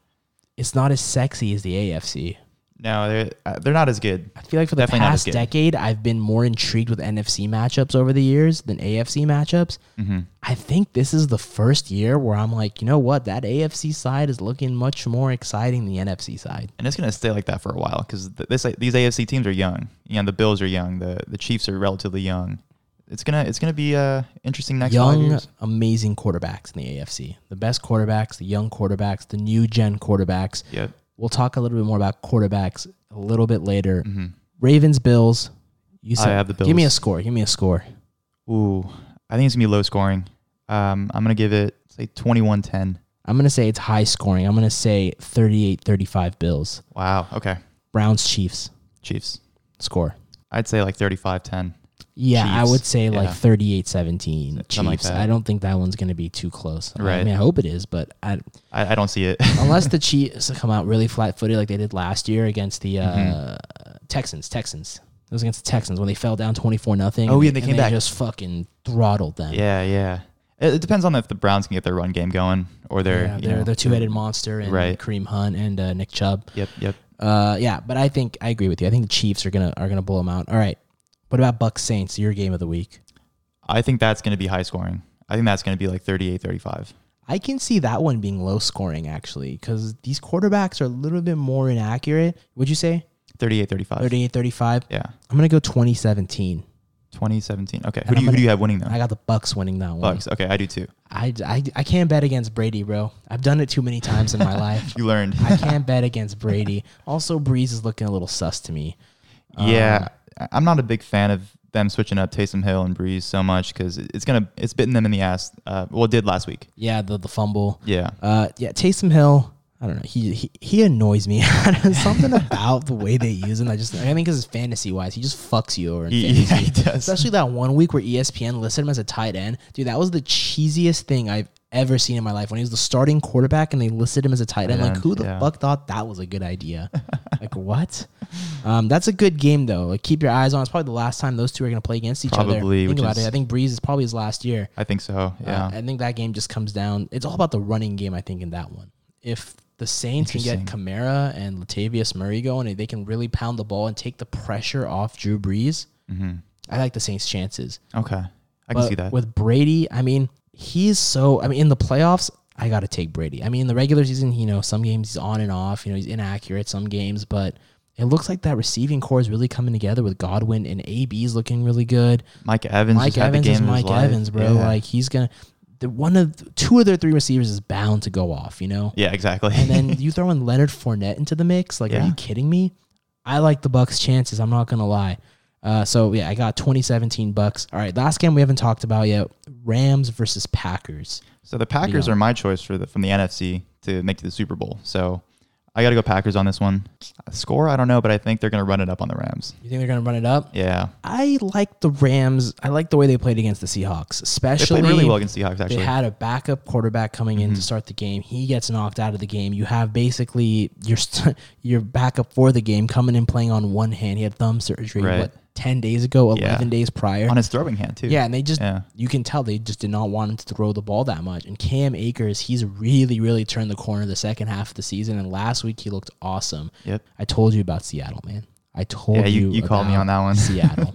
A: It's not as sexy as the AFC.
B: No, they're, uh, they're not as good.
A: I feel like for the
B: Definitely not
A: past
B: as good.
A: decade, I've been more intrigued with NFC matchups over the years than AFC matchups.
B: Mm-hmm.
A: I think this is the first year where I'm like, you know what, that AFC side is looking much more exciting than the NFC side.
B: And it's going to stay like that for a while because th- this these AFC teams are young. You know, the Bills are young. The the Chiefs are relatively young. It's gonna it's gonna be uh interesting next five
A: young,
B: years.
A: amazing quarterbacks in the AFC. The best quarterbacks, the young quarterbacks, the new gen quarterbacks.
B: Yep.
A: We'll talk a little bit more about quarterbacks a little bit later. Ravens, Bills. You
B: Mm. Mm-hmm. I
A: said,
B: have the
A: Give me a
B: Bills.
A: score. Give me a score.
B: Ooh, I think it's gonna be low scoring. Um, I'm gonna give it say 21-10.
A: I'm going to say it's high scoring. I'm going to say 38 35 Bills.
B: Wow. Okay.
A: Browns, Chiefs.
B: Chiefs.
A: Score.
B: I'd say like 35-10.
A: Yeah, I
B: Chiefs,
A: would say like
B: yeah.
A: 38 17 Chiefs.
B: Something like that.
A: I don't think that one's going to be too close. I
B: Right.
A: mean, I hope it is, but I,
B: I, I don't see it.
A: unless the Chiefs come out really flat footed like they did last year against the uh,
B: Mm-hmm.
A: Texans. Texans. It was against the Texans when they fell down 24 nothing.
B: Oh, yeah, they came back.
A: just fucking throttled them.
B: yeah, yeah. It, it depends on if the Browns can get their run game going or their
A: Yeah,
B: you
A: they're
B: know,
A: the two-headed monster and
B: Right.
A: Kareem Hunt and uh, Nick Chubb.
B: Yep, yep.
A: Uh, yeah, but I think I agree with you. I think the Chiefs are gonna are gonna blow them out. All right, what about Bucks Saints? Your game of the week.
B: I think that's gonna be high scoring. I think that's gonna be like 38-35.
A: I can see that one being low scoring actually because these quarterbacks are a little bit more inaccurate. Would you say
B: 38-35.
A: 38-35?
B: Yeah.
A: I'm gonna go 2017.
B: 2017. Okay. Who
A: And
B: do
A: I'm
B: you who do you have winning though?
A: I got the Bucks winning that one.
B: Bucks. Okay, I do too.
A: I, I, I can't bet against Brady, bro. I've done it too many times in my life.
B: You learned.
A: I can't bet against Brady. Also, Breeze is looking a little sus to me.
B: yeah,
A: Um,
B: I- I'm not a big fan of them switching up Taysom Hill and Breeze so much because it's gonna it's bitten them in the ass. Uh, well, it did last week.
A: Yeah, the the fumble.
B: Yeah,
A: Uh, yeah, Taysom Hill. I don't know. He he, he annoys me. Something about the way they use him. I just I think because fantasy wise, he just fucks you over. In
B: he,
A: fantasy.
B: yeah, he does.
A: Especially that one week where E ESPN listed him as a tight end. Dude, that was the cheesiest thing I've ever seen in my life. When he was the starting quarterback and they listed him as a tight end.
B: Tight
A: Like,
B: end,
A: who the
B: yeah.
A: fuck thought that was a good idea? like, what? Um, that's a good game though. Like, keep your eyes on. it. It's probably the last time those two are gonna play against each other.
B: Probably,
A: Think
B: which
A: about
B: is-
A: it. I think Breeze is probably his last year.
B: I think so. Yeah,
A: Uh, I think that game just comes down. It's all about the running game. I think in that one, if the Saints can get Kamara and Latavius Murray going, and they can really pound the ball and take the pressure off Drew Brees, I like the Saints' chances.
B: Mm-hmm. okay, I can
A: But
B: see that.
A: with Brady, I mean, he's so. I mean, in the playoffs, I got to take Brady. I mean, in the regular season, you know, some games he's on and off. You know, he's inaccurate some games, but. It looks like that receiving core is really coming together with Godwin and AB's looking really good.
B: Mike Evans.
A: Mike
B: just had
A: Evans
B: the game
A: is
B: of his
A: Mike
B: life.
A: Evans, bro.
B: Yeah.
A: Like he's gonna the one of two of their three receivers is bound to go off, you know.
B: yeah, exactly.
A: And then you throw in Leonard Fournette into the mix. Like, are
B: Yeah.
A: you kidding me? I like the Bucks' chances. I'm not gonna lie. Uh, so yeah, I got 2017 Bucks. All right, last game we haven't talked about yet: Rams versus Packers.
B: so the Packers
A: Yeah.
B: are my choice for the from the NFC to make it to the Super Bowl. So I got to go Packers on this one. Score, I don't know, but I think they're gonna run it up on the Rams.
A: You think they're gonna run it up?
B: Yeah,
A: I like the Rams. I like the way they played against the Seahawks,
B: they
A: especially
B: played really well against Seahawks actually. Mm-hmm.
A: They had a backup quarterback coming in to start the game. He gets knocked out of the game. You have basically your st- your backup for the game coming in playing on one hand. He had thumb surgery
B: Right.
A: what ten days ago,
B: Yeah.
A: eleven days prior.
B: on his throwing hand too.
A: yeah, and they just
B: Yeah.
A: you can tell they just did not want him to throw the ball that much. And Cam Akers, he's really really turned the corner the second half of the season. And last week he looked awesome.
B: Yep.
A: I told you about Seattle, man. I told
B: Yeah, you,
A: you.
B: you called me
A: about
B: on that one.
A: Seattle.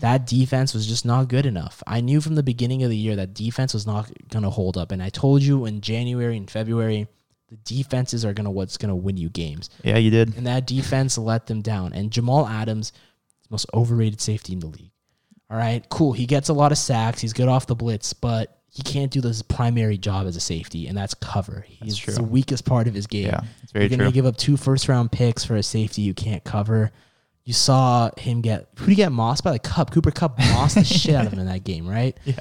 A: that defense was just not good enough. I knew from the beginning of the year that defense was not going to hold up, and I told you in January and February, the defenses are going to what's going to win you games,
B: Yeah, you did.
A: and that defense let them down. And Jamal Adams, is the most overrated safety in the league. All right, cool. He gets a lot of sacks. He's good off the blitz, but he can't do his primary job as a safety, and that's cover. He's
B: true.
A: the weakest part of his game.
B: Yeah, it's very
A: You're going
B: true.
A: to give up two first round picks for a safety you can't cover. You saw him get who did he get mossed by? Like Cup. Cooper Cup mossed the shit out of him in that game, right? Yeah.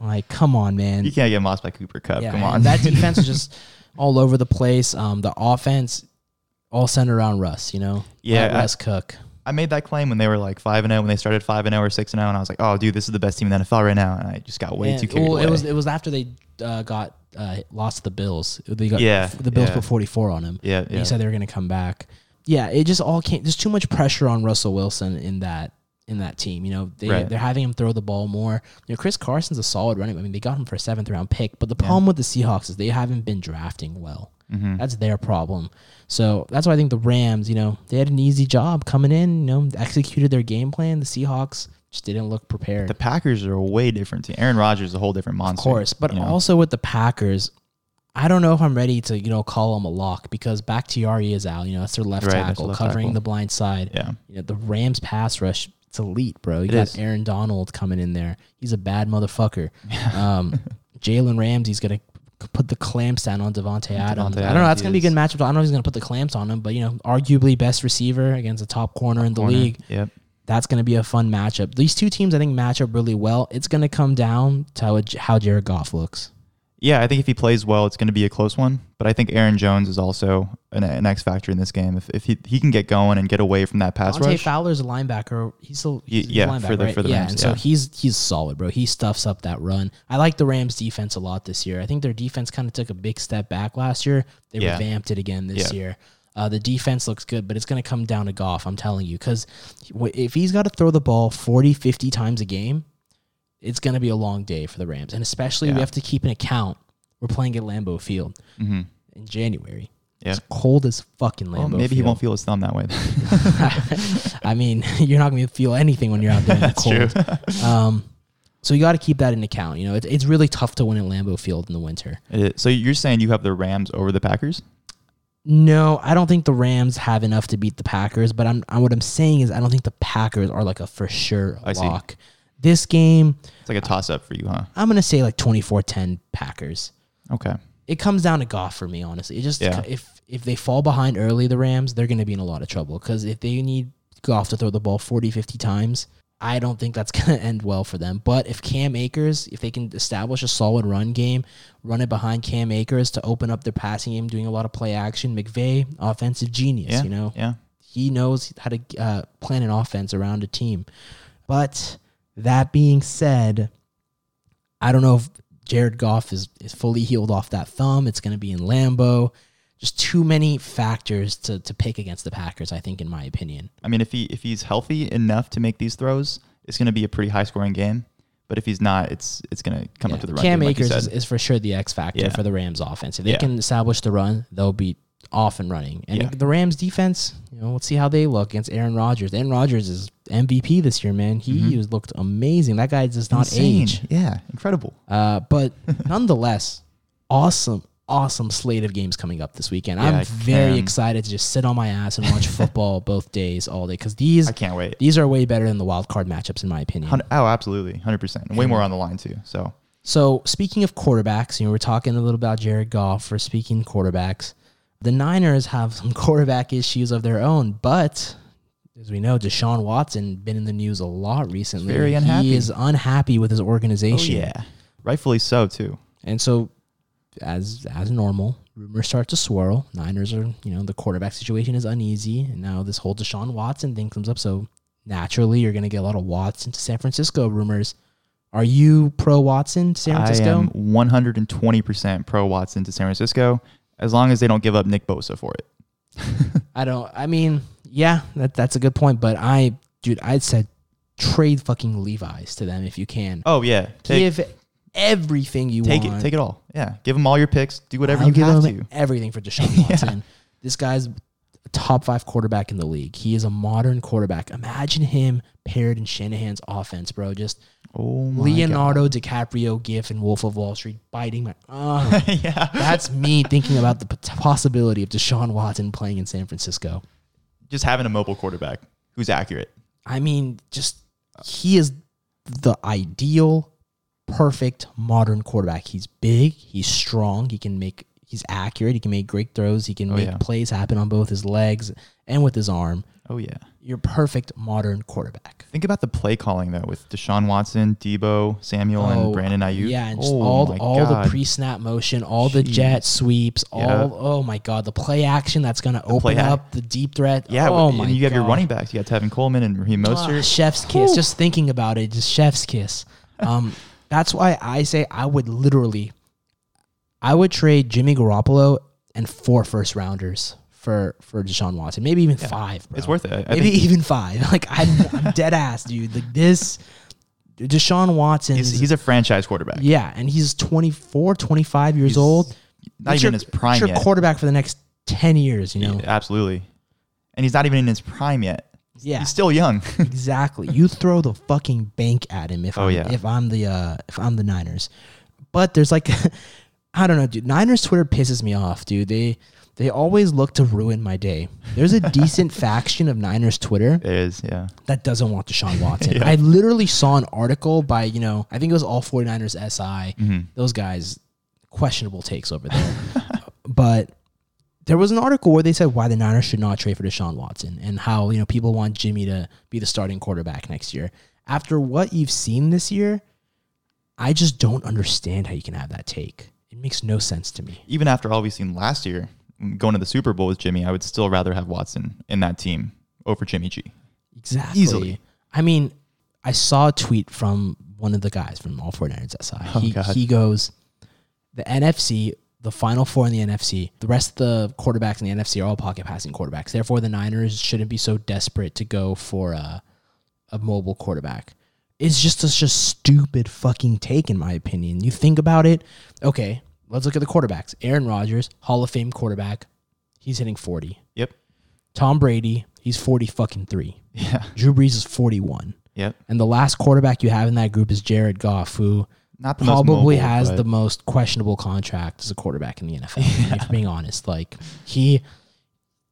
A: Like, come on, man.
B: you can't get mossed by Cooper Cup.
A: yeah,
B: Oh, Come
A: and
B: on.
A: That defense was just all over the place. Um, the offense all centered around Russ, you know?
B: Yeah, I-
A: Russ Cook.
B: I made that claim when they were like five and zero when they started five and zero or six and zero, and I was like, oh, dude, this is the best team in the NFL right now, and I just got way
A: And-
B: too carried
A: well,
B: away.
A: it was it was after they uh, got uh, lost to the Bills. They got
B: Yeah,
A: the Bills
B: yeah.
A: put forty four on him.
B: yeah,
A: And
B: yeah.
A: He said they were going to come back. Yeah, it just all came. There's too much pressure on Russell Wilson in that in that team. You know, they
B: Right.
A: they're having him throw the ball more. You know, Chris Carson's a solid running. I mean, they got him for a seventh round pick. But the problem with the Seahawks is they haven't been drafting well.
B: Mm-hmm.
A: That's their problem. So that's why I think the Rams. You know, they had an easy job coming in. You know, executed their game plan. The Seahawks just didn't look prepared.
B: the Packers are a way different team. Aaron Rodgers is a whole different monster.
A: Of course, but
B: you know?
A: also with the Packers, I don't know if I'm ready to you know call him a lock because Bakhtiari is out. You know, that's their left
B: Right, that's
A: tackle
B: the left
A: covering
B: tackle.
A: the blind side.
B: yeah,
A: You know, the Rams pass rush, it's elite, bro. You
B: It
A: got
B: is.
A: Aaron Donald coming in there. He's a bad motherfucker. Um, Jalen Ramsey's gonna c- put the clamps down on Devontae Adams.
B: Adams,
A: I don't know. That's gonna be a
B: he
A: good matchup. I don't know if he's gonna put the clamps on him, but you know, arguably best receiver against a top corner in the
B: corner.
A: league
B: Yep.
A: that's going to be a fun matchup. These two teams, I think, match up really well. It's going to come down to how, how Jared Goff looks.
B: Yeah, I think if he plays well, it's going to be a close one. But I think Aaron Jones is also an, an X factor in this game. If, if he, he can get going and get away from that pass
A: Dante
B: rush,
A: Fowler's a linebacker. He's still
B: Ye-
A: he's a
B: yeah,
A: linebacker,
B: for the-
A: right?
B: for the
A: yeah,
B: Rams,
A: and so
B: yeah.
A: he's he's solid, bro. He stuffs up that run. I like the Rams defense a lot this year. I think their defense kind of took a big step back last year. They
B: Yeah.
A: revamped it again this
B: Yeah.
A: year. Uh, the defense looks good, but it's going to come down to Goff, I'm telling you, cuz if he's got to throw the ball 40, 50 times a game, it's going to be a long day for the Rams. And especially we
B: Yeah.
A: have to keep an account we're playing at Lambeau Field
B: Mhm.
A: in January.
B: Yeah.
A: It's cold as fucking Lambeau
B: well, maybe he
A: Field.
B: won't feel his thumb that way.
A: I mean, you're not going to feel anything when you're out there in the cold. Um, so you got to keep that in account. You know, it's it's really tough to win at Lambeau Field in the winter.
B: It is- so you're saying you have the Rams over the Packers?
A: No, I don't think the Rams have enough to beat the Packers. But I'm, i what I'm saying is I don't think the Packers are like a for sure
B: I see.
A: lock. This game,
B: It's like a toss up for you, huh?
A: I'm going to say like 24-10 Packers.
B: Okay.
A: It comes down to golf for me, honestly. It just
B: Yeah.
A: if if they fall behind early, the Rams, they're going to be in a lot of trouble because if they need golf to throw the ball 40, 50 times, I don't think that's going to end well for them. But if Cam Akers, if they can establish a solid run game, run it behind Cam Akers to open up their passing game, doing a lot of play action, McVay, offensive genius,
B: Yeah.
A: you know,
B: Yeah.
A: he knows how to uh, plan an offense around a team. But that being said, I don't know if Jared Goff is, is fully healed off that thumb. It's going to be in Lambeau. Just too many factors to, to pick against the Packers, I think, in my opinion.
B: I mean, if he if he's healthy enough to make these throws, it's going to be a pretty high scoring game. But if he's not, it's it's going to come up to the run
A: Cam
B: game,
A: Akers
B: like you
A: is,
B: said.
A: is for sure the X factor
B: Yeah.
A: for the Rams offense. If they
B: Yeah.
A: can establish the run, they'll be off and running. And
B: Yeah.
A: the Rams defense, you know, let's see how they look against Aaron Rodgers. Aaron Rodgers is MVP this year, man. He was- looked amazing. That guy does not
B: Mm-hmm. Insane.
A: age.
B: Yeah, incredible.
A: Uh, but nonetheless, awesome, awesome slate of games coming up this weekend.
B: Yeah,
A: I'm
B: I
A: very
B: can-
A: excited to just sit on my ass and watch football both days, all day, because these
B: I can't wait.
A: these are way better than the wild card matchups, in my opinion.
B: Hun- Oh, absolutely, hundred percent. Way more on the line too. So
A: So speaking of quarterbacks, you know, we're talking a little about Jared Goff. We're speaking quarterbacks. The Niners have some quarterback issues of their own, but as we know, Deshaun Watson been in the news a lot recently.
B: Very unhappy. Oh,
A: He is unhappy with his organization.
B: rightfully so too.
A: And so, as as normal, rumors start to swirl. Niners are, you know, the quarterback situation is uneasy, and now this whole Deshaun Watson thing comes up. So naturally, you're going to get a lot of Watson to San Francisco rumors. Are you pro Watson to San
B: I
A: Francisco?
B: am one hundred and twenty percent pro Watson to San Francisco, as long as they don't give up Nick Bosa for it.
A: I, don't. I mean, yeah, that that's a good point, but I, dude, I said trade fucking Levi's to them if you can.
B: Oh yeah, take
A: Give everything you
B: take
A: want.
B: it, take it all. Yeah, give them all your picks. Do whatever
A: I'll
B: you
A: give
B: have
A: him
B: to.
A: everything for Deshaun Watson. This guy's top five quarterback in the league. He is a modern quarterback. Imagine him paired in Shanahan's offense, bro. Just
B: Oh my
A: Leonardo DiCaprio gif and Wolf of Wall Street biting my. Ugh.
B: God. yeah.
A: that's me thinking about the p- possibility of Deshaun Watson playing in San Francisco.
B: Just having a mobile quarterback who's accurate.
A: I mean, just he is the ideal, perfect modern quarterback. He's big, he's strong, he can make, he's accurate, he can make great throws, he can make
B: Oh, yeah.
A: plays happen on both his legs and with his arm.
B: Oh yeah.
A: Your perfect modern quarterback.
B: Think about the play calling though with Deshaun Watson, Debo, Samuel,
A: Oh,
B: and Brandon Ayuk.
A: Yeah, and just
B: Oh
A: all
B: my
A: all
B: God.
A: the pre snap motion, all the jet sweeps, all
B: Yeah.
A: oh my god, the play action that's gonna open
B: act.
A: up the deep threat.
B: yeah.
A: oh
B: and
A: my
B: you have your
A: God.
B: running backs. You got Tevin Coleman and Raheem
A: Ah,
B: Mostert.
A: chef's kiss. Just thinking about it, just chef's kiss. Um, that's why I say I would literally, I would trade Jimmy Garoppolo and four first rounders for for Deshaun Watson, maybe even five. Bro.
B: it's worth it. I- I
A: maybe even five. Like I'm, I'm dead ass, dude. Like this, Deshaun Watson.
B: He's, he's a franchise quarterback.
A: yeah, and he's 24, 25 years
B: He's
A: old.
B: Not
A: That's
B: even
A: your-
B: in his prime
A: that's your
B: yet.
A: quarterback for the next ten years. You know,
B: Absolutely. And he's not even in his prime yet.
A: yeah.
B: He's still young.
A: Exactly. You throw the fucking bank at him if
B: Oh,
A: I'm,
B: yeah.
A: if I'm the uh, if I'm the Niners. But there's like I don't know, dude. Niners Twitter pisses me off, dude. They they always look to ruin my day. There's a decent faction of Niners Twitter
B: it is, yeah.
A: that doesn't want Deshaun Watson. I literally saw an article by, you know, I think it was all 49ers SI. Those guys, questionable takes over there. but there was an article where they said why the Niners should not trade for Deshaun Watson and how, you know, people want Jimmy to be the starting quarterback next year. After what you've seen this year, I just don't understand how you can have that take. It makes no sense to me.
B: Even after all we've seen last year, going to the Super Bowl with Jimmy, I would still rather have Watson in that team over Jimmy G.
A: Exactly.
B: Easily.
A: I mean, I saw a tweet from one of the guys from all 49ers SI. he,
B: Oh, God.
A: he goes, the NFC, the final four in the NFC, the rest of the quarterbacks in the NFC are all pocket passing quarterbacks. Therefore, the Niners shouldn't be so desperate to go for a, a mobile quarterback. It's just such a stupid fucking take, in my opinion. You think about it. Okay, let's look at the quarterbacks. Aaron Rodgers, Hall of Fame quarterback. He's hitting 40.
B: Yep.
A: Tom Brady, he's 40 fucking three.
B: Yeah.
A: Drew Brees is 41.
B: Yep.
A: And the last quarterback you have in that group is Jared Goff, who
B: Not the most
A: probably
B: mobile,
A: has
B: but
A: the most questionable contract as a quarterback in the NFL. If we're being honest, like he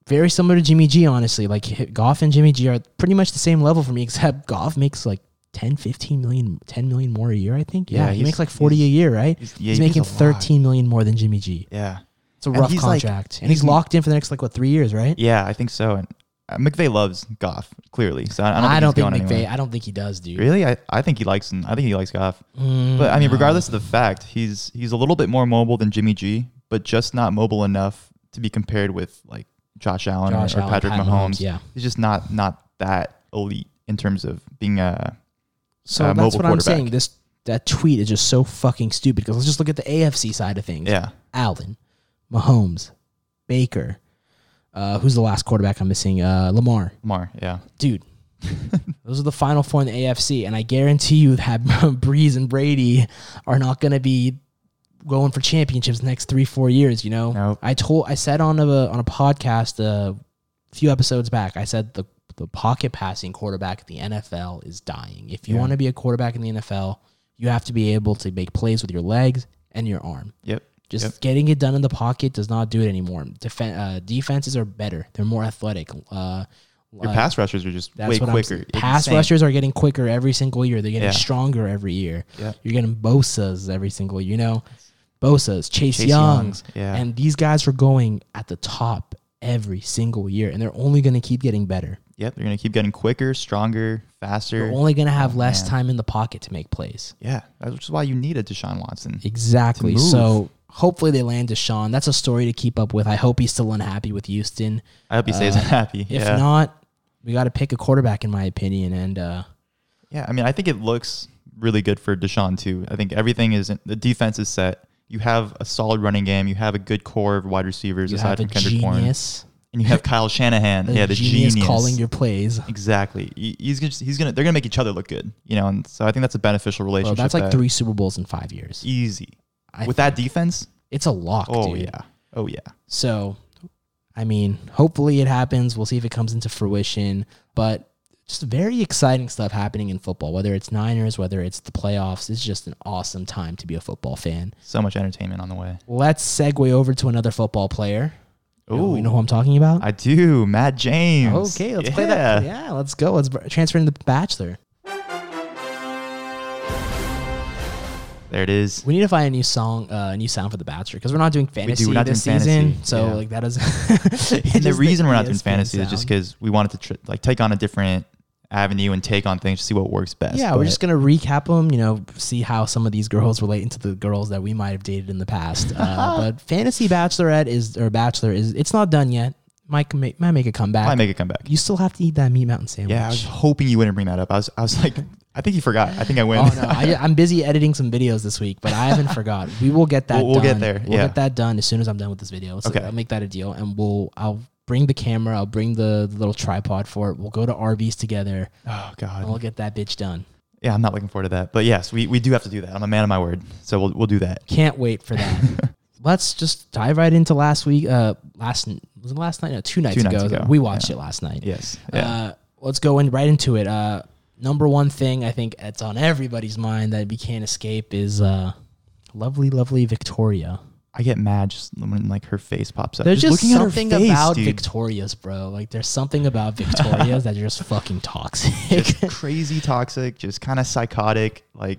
A: very similar to Jimmy G, honestly. Like he- Goff and Jimmy G are pretty much the same level for me, except Goff makes like 10, 15 million, 10 million more a year, I think.
B: Yeah,
A: Yeah, he
B: he's-
A: makes like 40 a year, right? He's,
B: he's- yeah, he makes
A: making
B: a lot.
A: 13 million more than Jimmy G.
B: Yeah.
A: It's a
B: And
A: rough
B: he's, like,
A: contract. and he's locked in for the next like what, three years, right?
B: Yeah, I think so. And uh, McVay loves Goff, clearly. So I, I don't
A: I
B: think
A: don't
B: he's
A: think,
B: going
A: McVay,
B: anywhere.
A: I don't think he does, dude. Mm.
B: Really? I, I think he likes him. I think he likes Goff. but I mean, regardless of the fact, he's he's a little bit more mobile than Jimmy G, but just not mobile enough to be compared with like Josh Allen or-
A: Josh
B: or,
A: Allen,
B: Patrick
A: Pat
B: Mahomes.
A: Mahomes, yeah.
B: He's just not not that elite in terms of being a
A: So
B: uh,
A: that's
B: mobile
A: what I'm
B: quarterback.
A: saying. This that tweet is just so fucking stupid because let's just look at the AFC side of things.
B: yeah.
A: Allen, Mahomes, Baker. Uh, who's the last quarterback I'm missing? Uh, Lamar.
B: Lamar, yeah.
A: Dude, those are the final four in the AFC, and I guarantee you that Breeze and Brady are not going to be going for championships the next three, four years. You know,
B: Nope.
A: I told, I said on a on a podcast a few episodes back, I said the the pocket passing quarterback in the NFL is dying. If you want to be a quarterback in the NFL, you have to be able to make plays with your legs and your arm.
B: Yep.
A: Just
B: Yep.
A: getting it done in the pocket does not do it anymore. Defen- uh, defenses are better; they're more athletic. Uh,
B: Your pass rushers are just
A: that's
B: way
A: what
B: quicker.
A: I'm saying. Pass
B: Insane.
A: rushers are getting quicker every single year. They're getting
B: Yeah.
A: stronger every year.
B: Yeah.
A: You're getting Bosa's every single year. You know, Bosa's, Chase,
B: Chase
A: Youngs.
B: Youngs, yeah.
A: And these guys are going at the top every single year, and they're only going to keep getting better.
B: Yep, they're gonna keep getting quicker, stronger, faster.
A: They're only going to have less time in the pocket to make plays.
B: yeah, that's which is why you need a Deshaun Watson.
A: Exactly.
B: To move.
A: So hopefully they land Deshaun. That's a story to keep up with. I hope he's still unhappy with Houston.
B: I hope he stays
A: Uh,
B: happy.
A: If
B: yeah.
A: not, we got to pick a quarterback, in my opinion. And uh,
B: Yeah, I mean, I think it looks really good for Deshaun too. I think everything is the defense is set. You have a solid running game. You have a good core of wide receivers
A: you
B: aside
A: have a
B: from Kendrick Bourne,
A: genius.
B: and you have Kyle Shanahan. yeah, the genius,
A: genius calling your plays.
B: exactly. He- He's gonna, he's gonna they're gonna make each other look good, you know. And so I think that's a beneficial
A: Bro,
B: relationship.
A: that's like
B: that-
A: three Super Bowls in five years.
B: easy
A: I
B: with that defense.
A: It's a lock,
B: Oh
A: dude.
B: yeah, oh yeah.
A: So I mean, hopefully it happens. We'll see if it comes into fruition. But just very exciting stuff happening in football, whether it's Niners, whether it's the playoffs. It's just an awesome time to be a football fan.
B: So much entertainment on the way.
A: Let's segue over to another football player. Oh,
B: Ooh.
A: you know who I'm talking about?
B: I do. Matt James.
A: Okay, let's play that. Yeah, let's go. Let's br- transfer into The Bachelor.
B: There it is.
A: We need to find a new song, uh, a new sound for The Bachelor because we're not doing fantasy
B: not
A: this
B: doing
A: season.
B: fantasy,
A: So
B: yeah.
A: like that is. E
B: And the reason we're not doing fantasy is just because we wanted to tr- like take on a different avenue and take on things to see what works best.
A: Yeah, we're
B: But
A: just gonna recap them. You know, see how some of these girls relate into the girls that we might have dated in the past. Uh, but Fantasy Bachelorette is or Bachelor is it's not done yet. Might ma- might make a comeback.
B: probably make a comeback.
A: you still have to eat that meat mountain sandwich.
B: Yeah, I was hoping you wouldn't bring that up. I was, I was like, I think you forgot. I think I win.
A: Oh no, I, I'm busy editing some videos this week, but I haven't forgot. We will get that.
B: We'll- we'll
A: done.
B: get there,
A: We'll
B: yeah.
A: get that done as soon as I'm done with this video. So
B: Okay.
A: I'll make that a deal, and we'll I'll bring the camera. I'll bring the, the little tripod for it. We'll go to Arby's together,
B: oh
A: and we'll
B: God.
A: get that bitch done.
B: Yeah, I'm not looking forward to that. But yes, we, we do have to do that. I'm a man of my word, so we'll we'll do that.
A: Can't wait for that. Let's just dive right into last week. Uh, last n- was it last night? No, two nights,
B: Two
A: ago.
B: nights ago,
A: We watched it last night.
B: Yes. Yeah.
A: Uh, let's go in right into it. Uh, number one thing I think it's on everybody's mind that we can't escape is uh, lovely, lovely Victoria.
B: I get mad just when like her face pops up.
A: There's just,
B: looking at her
A: something
B: face,
A: about
B: dude.
A: Victoria's, bro. Like there's something about Victoria's that are just fucking toxic.
B: crazy toxic, just kind of psychotic. Like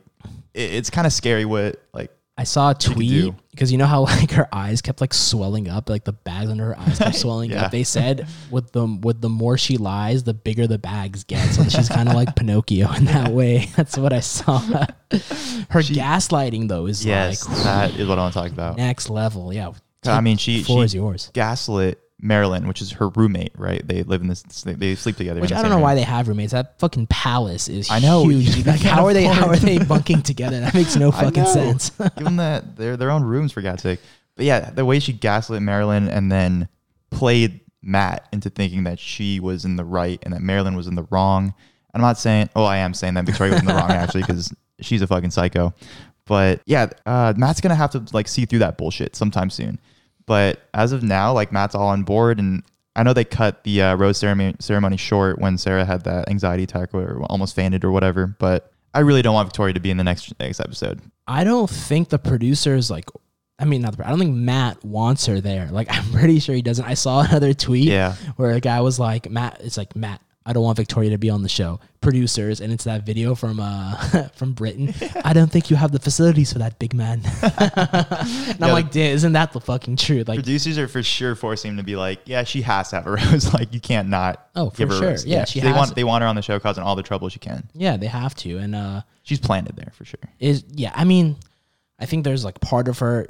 B: it, it's kind of scary what like
A: I saw a
B: could
A: tweet
B: do.
A: because you know how like her eyes kept like swelling up, like the bags under her eyes kept swelling
B: Yeah.
A: up. They said with the with the more she lies, the bigger the bags get. So she's kind of like Pinocchio in that way. That's what I saw. her gaslighting though is
B: yes,
A: like
B: that is what I want to talk about.
A: next level. Yeah,
B: I mean, she,
A: floor
B: she
A: is yours.
B: gaslit Marilyn, which is her roommate, right? They live in this. They, they sleep together.
A: Which
B: in the
A: I don't
B: same
A: know why
B: room.
A: they have roommates. That fucking palace is
B: I know.
A: huge. dude.
B: I
A: Like,
B: can't
A: how are they? How are
B: afford
A: they bunking together? That makes no
B: I
A: fucking
B: know.
A: sense.
B: Give them that. They're their own rooms for God's sake. But yeah, the way she gaslit Marilyn and then played Matt into thinking that she was in the right and that Marilyn was in the wrong. And I'm not saying, oh, I am saying that Victoria was in the wrong actually because she's a fucking psycho. But yeah, uh, Matt's gonna have to like see through that bullshit sometime soon. But as of now, like Matt's all on board, and I know they cut the uh, rose ceremony ceremony short when Sarah had that anxiety attack or almost fainted or whatever. But I really don't want Victoria to be in the next next episode.
A: I don't think the producers like. I mean, not the. I don't think Matt wants her there. Like, I'm pretty sure he doesn't. I saw another tweet
B: Yeah.
A: where a guy was like, "Matt, it's like Matt, I don't want Victoria to be on the show." Producers, and it's that video from uh from Britain. I don't think you have the facilities for that, big man. and I'm
B: Yeah.
A: like, "Damn, isn't that the fucking truth?" Like,
B: producers are for sure forcing him to be like, yeah, she has to have a rose. like you can't not.
A: Oh, for
B: give her a
A: sure.
B: rose.
A: Yeah, she
B: they
A: has-
B: want they want her on the show, causing all the trouble she can.
A: yeah, they have to, and uh
B: She's planted there for sure.
A: is yeah i mean i think there's like part of her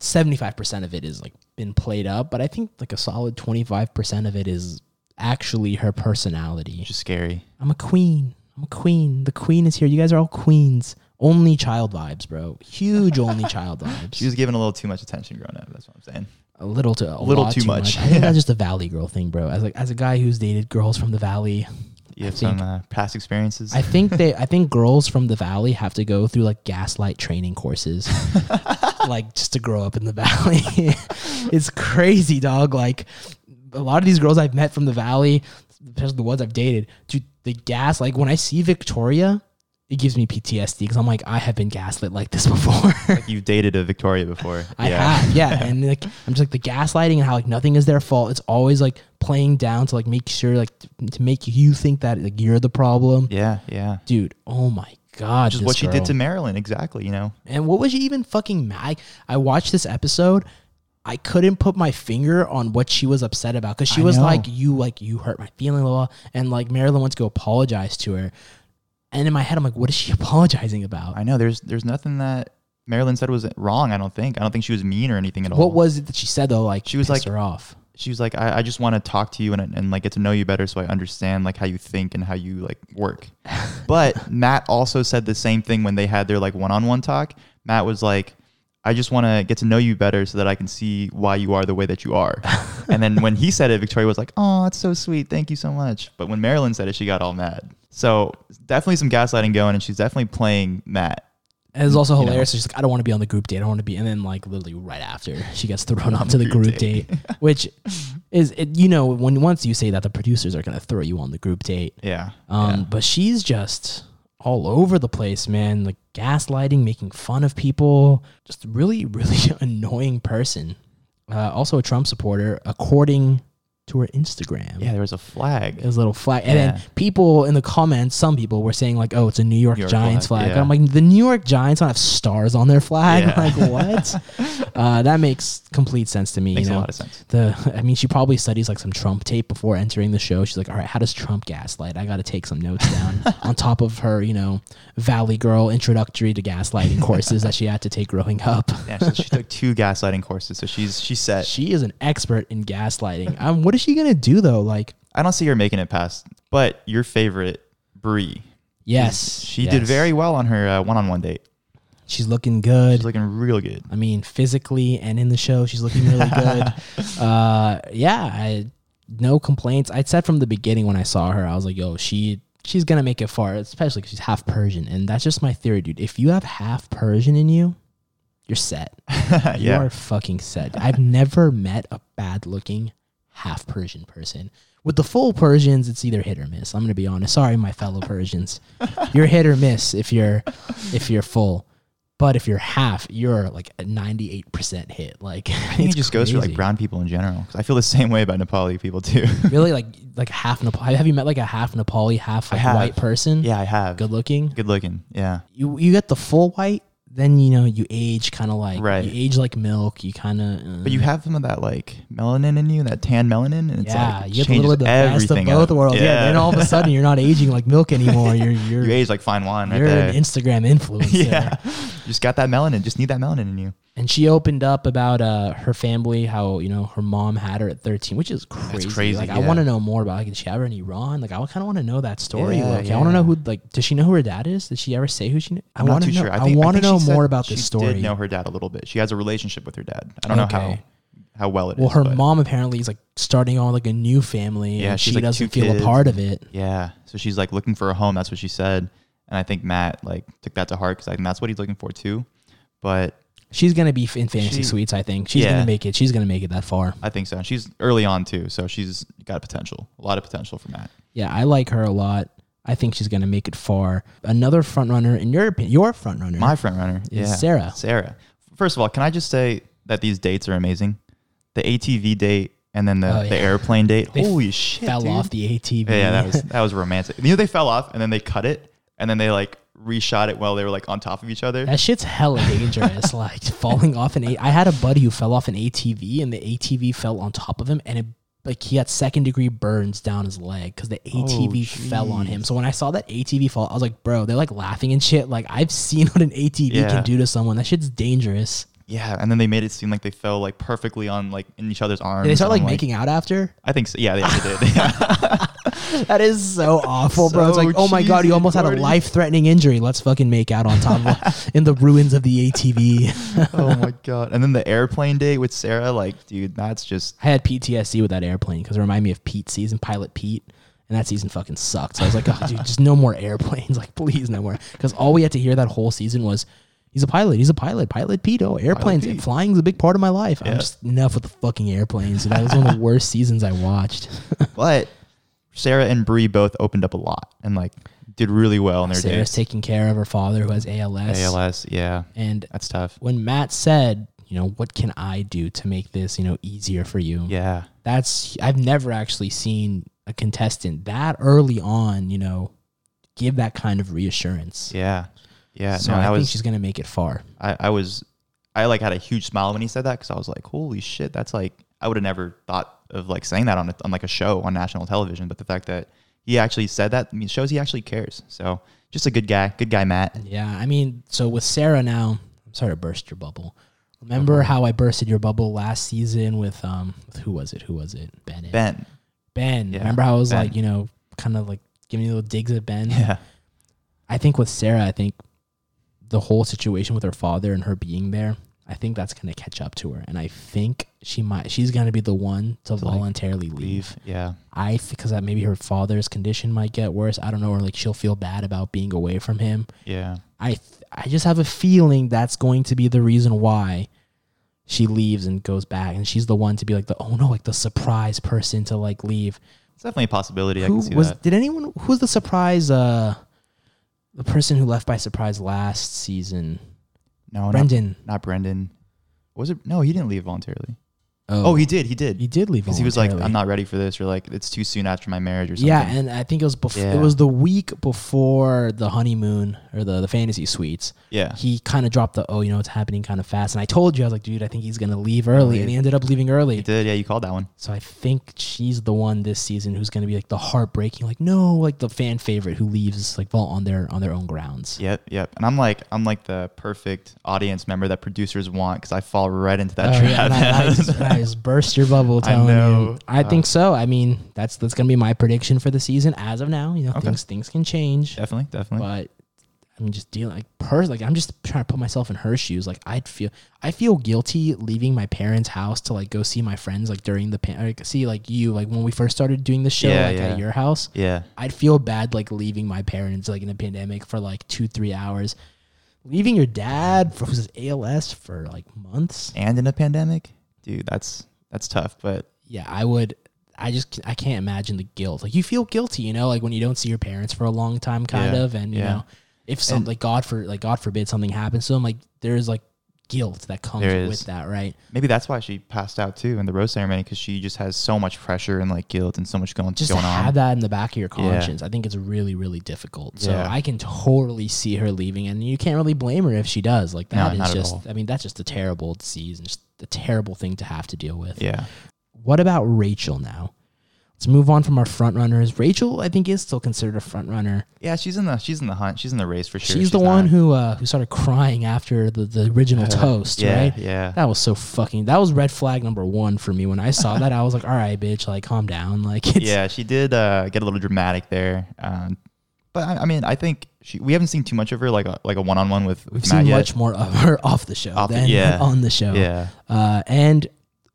A: 75% of it is like been played up but i think like a solid 25% of it is actually her personality
B: Which is scary.
A: i'm a queen i'm a queen the queen is here you guys are all queens only child vibes bro huge only child
B: She
A: vibes
B: was given a little too much attention growing up. That's what I'm saying.
A: a little too a
B: Little
A: lot
B: too much.
A: i think
B: Yeah.
A: that's just a valley girl thing bro as like as a guy who's dated girls from the valley I
B: You have
A: think-
B: some uh, past experiences.
A: I think they I think girls from the valley have to go through like gaslight training courses. like just to grow up in the valley. it's crazy, dog. Like a lot of these girls I've met from the valley, especially the ones I've dated, dude, the gas like when I see Victoria, it gives me PTSD cuz I'm like I have been gaslit like this before.
B: You've dated a Victoria before.
A: I have, yeah. And like, I'm just like the gaslighting and how like nothing is their fault. It's always like playing down to like make sure like t- to make you think that like you're the problem
B: Yeah, yeah.
A: dude. Oh my god,
B: Just
A: this
B: what she did
A: girl.
B: to Marilyn, exactly. You know,
A: And what was she even fucking mad? I watched this episode. I couldn't put my finger on what she was upset about because she
B: I
A: was
B: know.
A: like, "You like you hurt my feeling," blah, blah, blah. and like Marilyn wants to go apologize to her. And in my head, I'm like, "What is she apologizing about?
B: I know. There's there's nothing that Marilyn said was wrong. I don't think. I don't think she was mean or anything at all.
A: What was it that she said though? Like
B: She was
A: pissed
B: like-
A: her off.
B: she was like, I, I just want to talk to you and, and like get to know you better so I understand like how you think and how you like work. But Matt also said the same thing when they had their like one on one talk. Matt was like, I just want to get to know you better so that I can see why you are the way that you are. and then when he said it, Victoria was like, Oh, that's so sweet. Thank you so much. But when Marilyn said it, she got all mad. So definitely some gaslighting going and she's definitely playing Matt.
A: And it's also
B: You know.
A: hilarious. She's like, I don't want to be on the group date. I don't want to be. And then, like, literally right after, she gets thrown off to the
B: Group
A: group date,
B: date.
A: which is, it, you know, when once you say that, the producers are going to throw you on the group date.
B: Yeah.
A: Um, But she's just all over the place, man. Like, gaslighting, making fun of people. Just really, really annoying person. Uh, also, a Trump supporter, according to her Instagram.
B: yeah. Yeah. There was a flag.
A: His little flag, and
B: Yeah.
A: then people in the comments, some people were saying like, "Oh, it's a New York,
B: New York
A: Giants flag."
B: flag, yeah.
A: I'm like, the New York Giants don't have stars on their flag.
B: Yeah.
A: Like, what? uh, that makes complete sense to me.
B: Makes
A: you know,
B: a lot of sense.
A: the I mean, she probably studies like some Trump tape before entering the show. She's like, "All right, how does Trump gaslight?" I got to take some notes down on top of her, you know, Valley Girl introductory to gaslighting courses that she had to take growing up.
B: Yeah. So she took two gaslighting courses. So she's she's set.
A: She is an expert in gaslighting. Um, what is she gonna do though? Like,
B: I don't see her making it past. But your favorite, Brie.
A: yes,
B: She did
A: yes.
B: very well on her uh, one-on-one date.
A: She's looking good.
B: She's looking real good.
A: I mean, physically and in the show, she's looking really good. uh, yeah, I, no complaints. I said from the beginning when I saw her, I was like, "Yo, she she's gonna make it far," especially because she's half Persian, and that's just my theory, dude. If you have half Persian in you, you're set. You
B: yeah.
A: are fucking set. I've never met a bad looking half Persian person. With the full Persians, it's either hit or miss. I'm gonna be honest. Sorry, my fellow Persians. You're hit or miss if you're if you're full. But if you're half, you're like a 98% hit. Like
B: I think it just goes for like brown people in general. 'cause I feel the same way about Nepali people too.
A: Really, like like half Nepali. Have you met like a half Nepali, half like,
B: have.
A: white person?
B: yeah, I have.
A: good looking.
B: Good looking. Yeah.
A: You you get the full white, then you know you age kind of like
B: Right.
A: you age like milk. You kind of uh,
B: But you have some of that like melanin in you, that tan melanin, and it's
A: yeah,
B: like
A: you get a
B: changes
A: little bit of the best of
B: everything
A: both
B: up.
A: worlds. Yeah. then all of a sudden you're not aging like milk anymore. You're you're
B: you age like fine wine right
A: you're
B: there.
A: an Instagram influencer.
B: yeah, just got that melanin. Just need that melanin in you.
A: And she opened up about uh, her family, how you know her mom had her at 13, which is crazy.
B: crazy,
A: Like I
B: yeah.
A: want to know more about. Like, did she have her in Iran? Like I kind of want to know that story.
B: Yeah,
A: like, I want to
B: yeah.
A: know who. Like, does she know who her dad is? Did she ever say who she? Knew? I
B: I'm not
A: want
B: too
A: to know.
B: sure.
A: I,
B: think-
A: want to
B: think she
A: know
B: said
A: more about
B: she
A: this story.
B: Did know her dad a little bit. She has a relationship with her dad. I don't know how
A: Okay.
B: how well it is.
A: well, her
B: but-
A: mom apparently is like starting on like a new family,
B: Yeah,
A: and
B: she's,
A: she
B: like,
A: doesn't
B: two
A: feel a
B: kids
A: part of it.
B: Yeah, so she's like looking for a home. That's what she said, and I think Matt like took that to heart because I think that's what he's looking for too. But
A: She's gonna be in fantasy
B: She-
A: suites. I think she's
B: Yeah.
A: gonna make it. She's gonna make it that far.
B: I think so. And she's early on too, so she's got potential, a lot of potential for Matt.
A: Yeah, I like her a lot. I think she's going to make it far. Another front runner, in your opinion, your front runner.
B: My front runner
A: Is
B: yeah.
A: Sarah.
B: Sarah. First of all, can I just say that these dates are amazing? The ATV date and then the,
A: Oh, yeah.
B: the airplane date.
A: They
B: Holy shit!
A: fell
B: dude.
A: off the ATV.
B: Yeah, yeah, that was that was romantic. You know, they fell off and then they cut it and then they like reshot it while they were like on top of each other.
A: That shit's hella dangerous. like falling off an A. I had a buddy who fell off an ATV, and the ATV fell on top of him, and it like he had second degree burns down his leg because the
B: Oh,
A: ATV fell on him. So when I saw that ATV fall, I was like, bro, they're like laughing and shit. Like I've seen what an ATV
B: Yeah.
A: can do to someone. That shit's dangerous.
B: Yeah, and then they made it seem like they fell like perfectly on like in each other's arms.
A: Did they start like
B: and I'm
A: making out after?
B: I think so. Yeah, they, they did. Yeah.
A: That is so awful, bro. It's
B: So
A: like, oh my god,
B: cheesy,
A: you almost had a
B: Jordy.
A: life-threatening injury. Let's fucking make out on top of, in the ruins of the ATV.
B: oh my god! And then the airplane date with Sarah, like, dude, that's just
A: I had PTSD with that airplane because it reminded me of Pete season, Pilot Pete, and that season fucking sucked. So I was like, oh, dude, just no more airplanes. Like, please, no more. Because all we had to hear that whole season was, he's a pilot. He's a pilot. Pilot Pete. Oh, airplanes.
B: Pete.
A: Flying's a big part of my life.
B: Yeah.
A: I'm just enough with the fucking airplanes. And that was one of the worst seasons I watched.
B: But Sarah and Bree both opened up a lot and like did really well in their
A: Sarah's
B: dates.
A: taking care of her father who has ALS.
B: ALS, yeah,
A: And
B: that's tough.
A: when Matt said, you know, what can I do to make this, you know, easier for you?
B: Yeah,
A: That's I've never actually seen a contestant that early on, you know, give that kind of reassurance.
B: yeah, yeah.
A: so
B: no,
A: I
B: I
A: think
B: was,
A: she's gonna make it far.
B: I, I was, I like had a huge smile when he said that because I was like, holy shit, that's like I would have never thought of like saying that on a, on like a show on national television. But the fact that he actually said that I mean, shows he actually cares. So just a good guy, good guy, Matt.
A: Yeah, I mean, so with Sarah now, I'm sorry to burst your bubble. Remember how I bursted your bubble last season with um with who was it? Who was it? Bennett. Ben.
B: Ben, Yeah,
A: Remember how I was
B: Ben.
A: like, you know, kind of like giving you little digs at Ben?
B: yeah,
A: I think with Sarah, I think the whole situation with her father and her being there, I think that's going to catch up to her. And I think she might, she's going to be the one to,
B: To, like,
A: voluntarily leave.
B: Yeah.
A: I because that maybe her father's condition might get worse. I don't know, or like she'll feel bad about being away from him.
B: Yeah.
A: I th- I just have a feeling that's going to be the reason why she leaves and goes back, and she's the one to be like the oh no, like the surprise person to like leave.
B: It's definitely a possibility. I
A: who
B: can see
A: was?
B: that.
A: Did anyone? Who's the surprise? Uh, the person who left by surprise last season,
B: No, not,
A: Brendan.
B: not Brendan. Was it? No, he didn't leave voluntarily.
A: Oh,
B: Oh, he did. He did.
A: he did leave
B: Because he was like,
A: voluntarily.
B: I'm not ready for this, or like, it's too soon after my marriage, or something.
A: Yeah, and I think it was before.
B: Yeah.
A: It was the week before the honeymoon or the the fantasy suites.
B: yeah.
A: he kind of dropped the oh you know it's happening kind of fast and i told you i was like dude i think he's gonna leave early and he ended up leaving
B: He
A: early
B: did. Yeah, you called that one.
A: so i think she's the one this season who's gonna be like the heartbreaking like no like the fan favorite who leaves like vault on their on their own grounds
B: Yep, yep. And I'm like, I'm like the perfect audience member that producers want because I fall right into that
A: Oh,
B: trap.
A: yeah, and I, I just, I just burst your bubble
B: I
A: telling you
B: know.
A: i
B: Uh,
A: think so i mean that's that's gonna be my prediction for the season as of now you know things things can change
B: definitely, definitely.
A: but I'm just dealing like her like I'm just trying to put myself in her shoes. Like I'd feel I feel guilty leaving my parents' house to like go see my friends like during the pan- like see like you like when we first started doing the show
B: Yeah,
A: like
B: yeah.
A: at your house.
B: yeah,
A: I'd feel bad like leaving my parents like in a pandemic for like two three hours. Leaving your dad for who's his ALS for like months.
B: and in a pandemic, dude, that's that's tough. But
A: Yeah, I would. I just I can't imagine the guilt. Like you feel guilty, you know, like when you don't see your parents for a long time, kind
B: Yeah,
A: of, and you
B: yeah.
A: know, if some
B: And-
A: like God for like God forbid something happens to them, like there's like guilt that comes
B: There
A: with
B: is.
A: that, right?
B: maybe that's why she passed out too in the rose ceremony because she just has so much pressure and like guilt and so much going
A: Just
B: going
A: to have
B: on.
A: that in the back of your
B: Yeah.
A: conscience, I think it's really really difficult. So
B: Yeah.
A: I can totally see her leaving, and you can't really blame her if she does. Like
B: No,
A: that is
B: not at
A: just,
B: all.
A: I mean, that's just a terrible disease and just a terrible thing to have to deal with.
B: Yeah,
A: What about Rachel now? Let's move on from our front runners. Rachel, I think, is still considered a front runner.
B: yeah. She's in the she's in the hunt. She's in the race for sure.
A: she's, the
B: not-
A: one who uh, who started crying after the, the original toast,
B: Uh-huh. Yeah,
A: right?
B: yeah.
A: That was so fucking. That was red flag number one for me. When I saw that, I was like, "All right, bitch, like calm down." Like, it's,
B: yeah, she did uh, get a little dramatic there. Um, but I, I mean, I think she, we haven't seen too much of her like a, like a one on one with
A: we've
B: Matt
A: seen
B: yet.
A: much more of her off the show
B: Off the-
A: than
B: yeah.
A: on the show.
B: Yeah,
A: Uh, and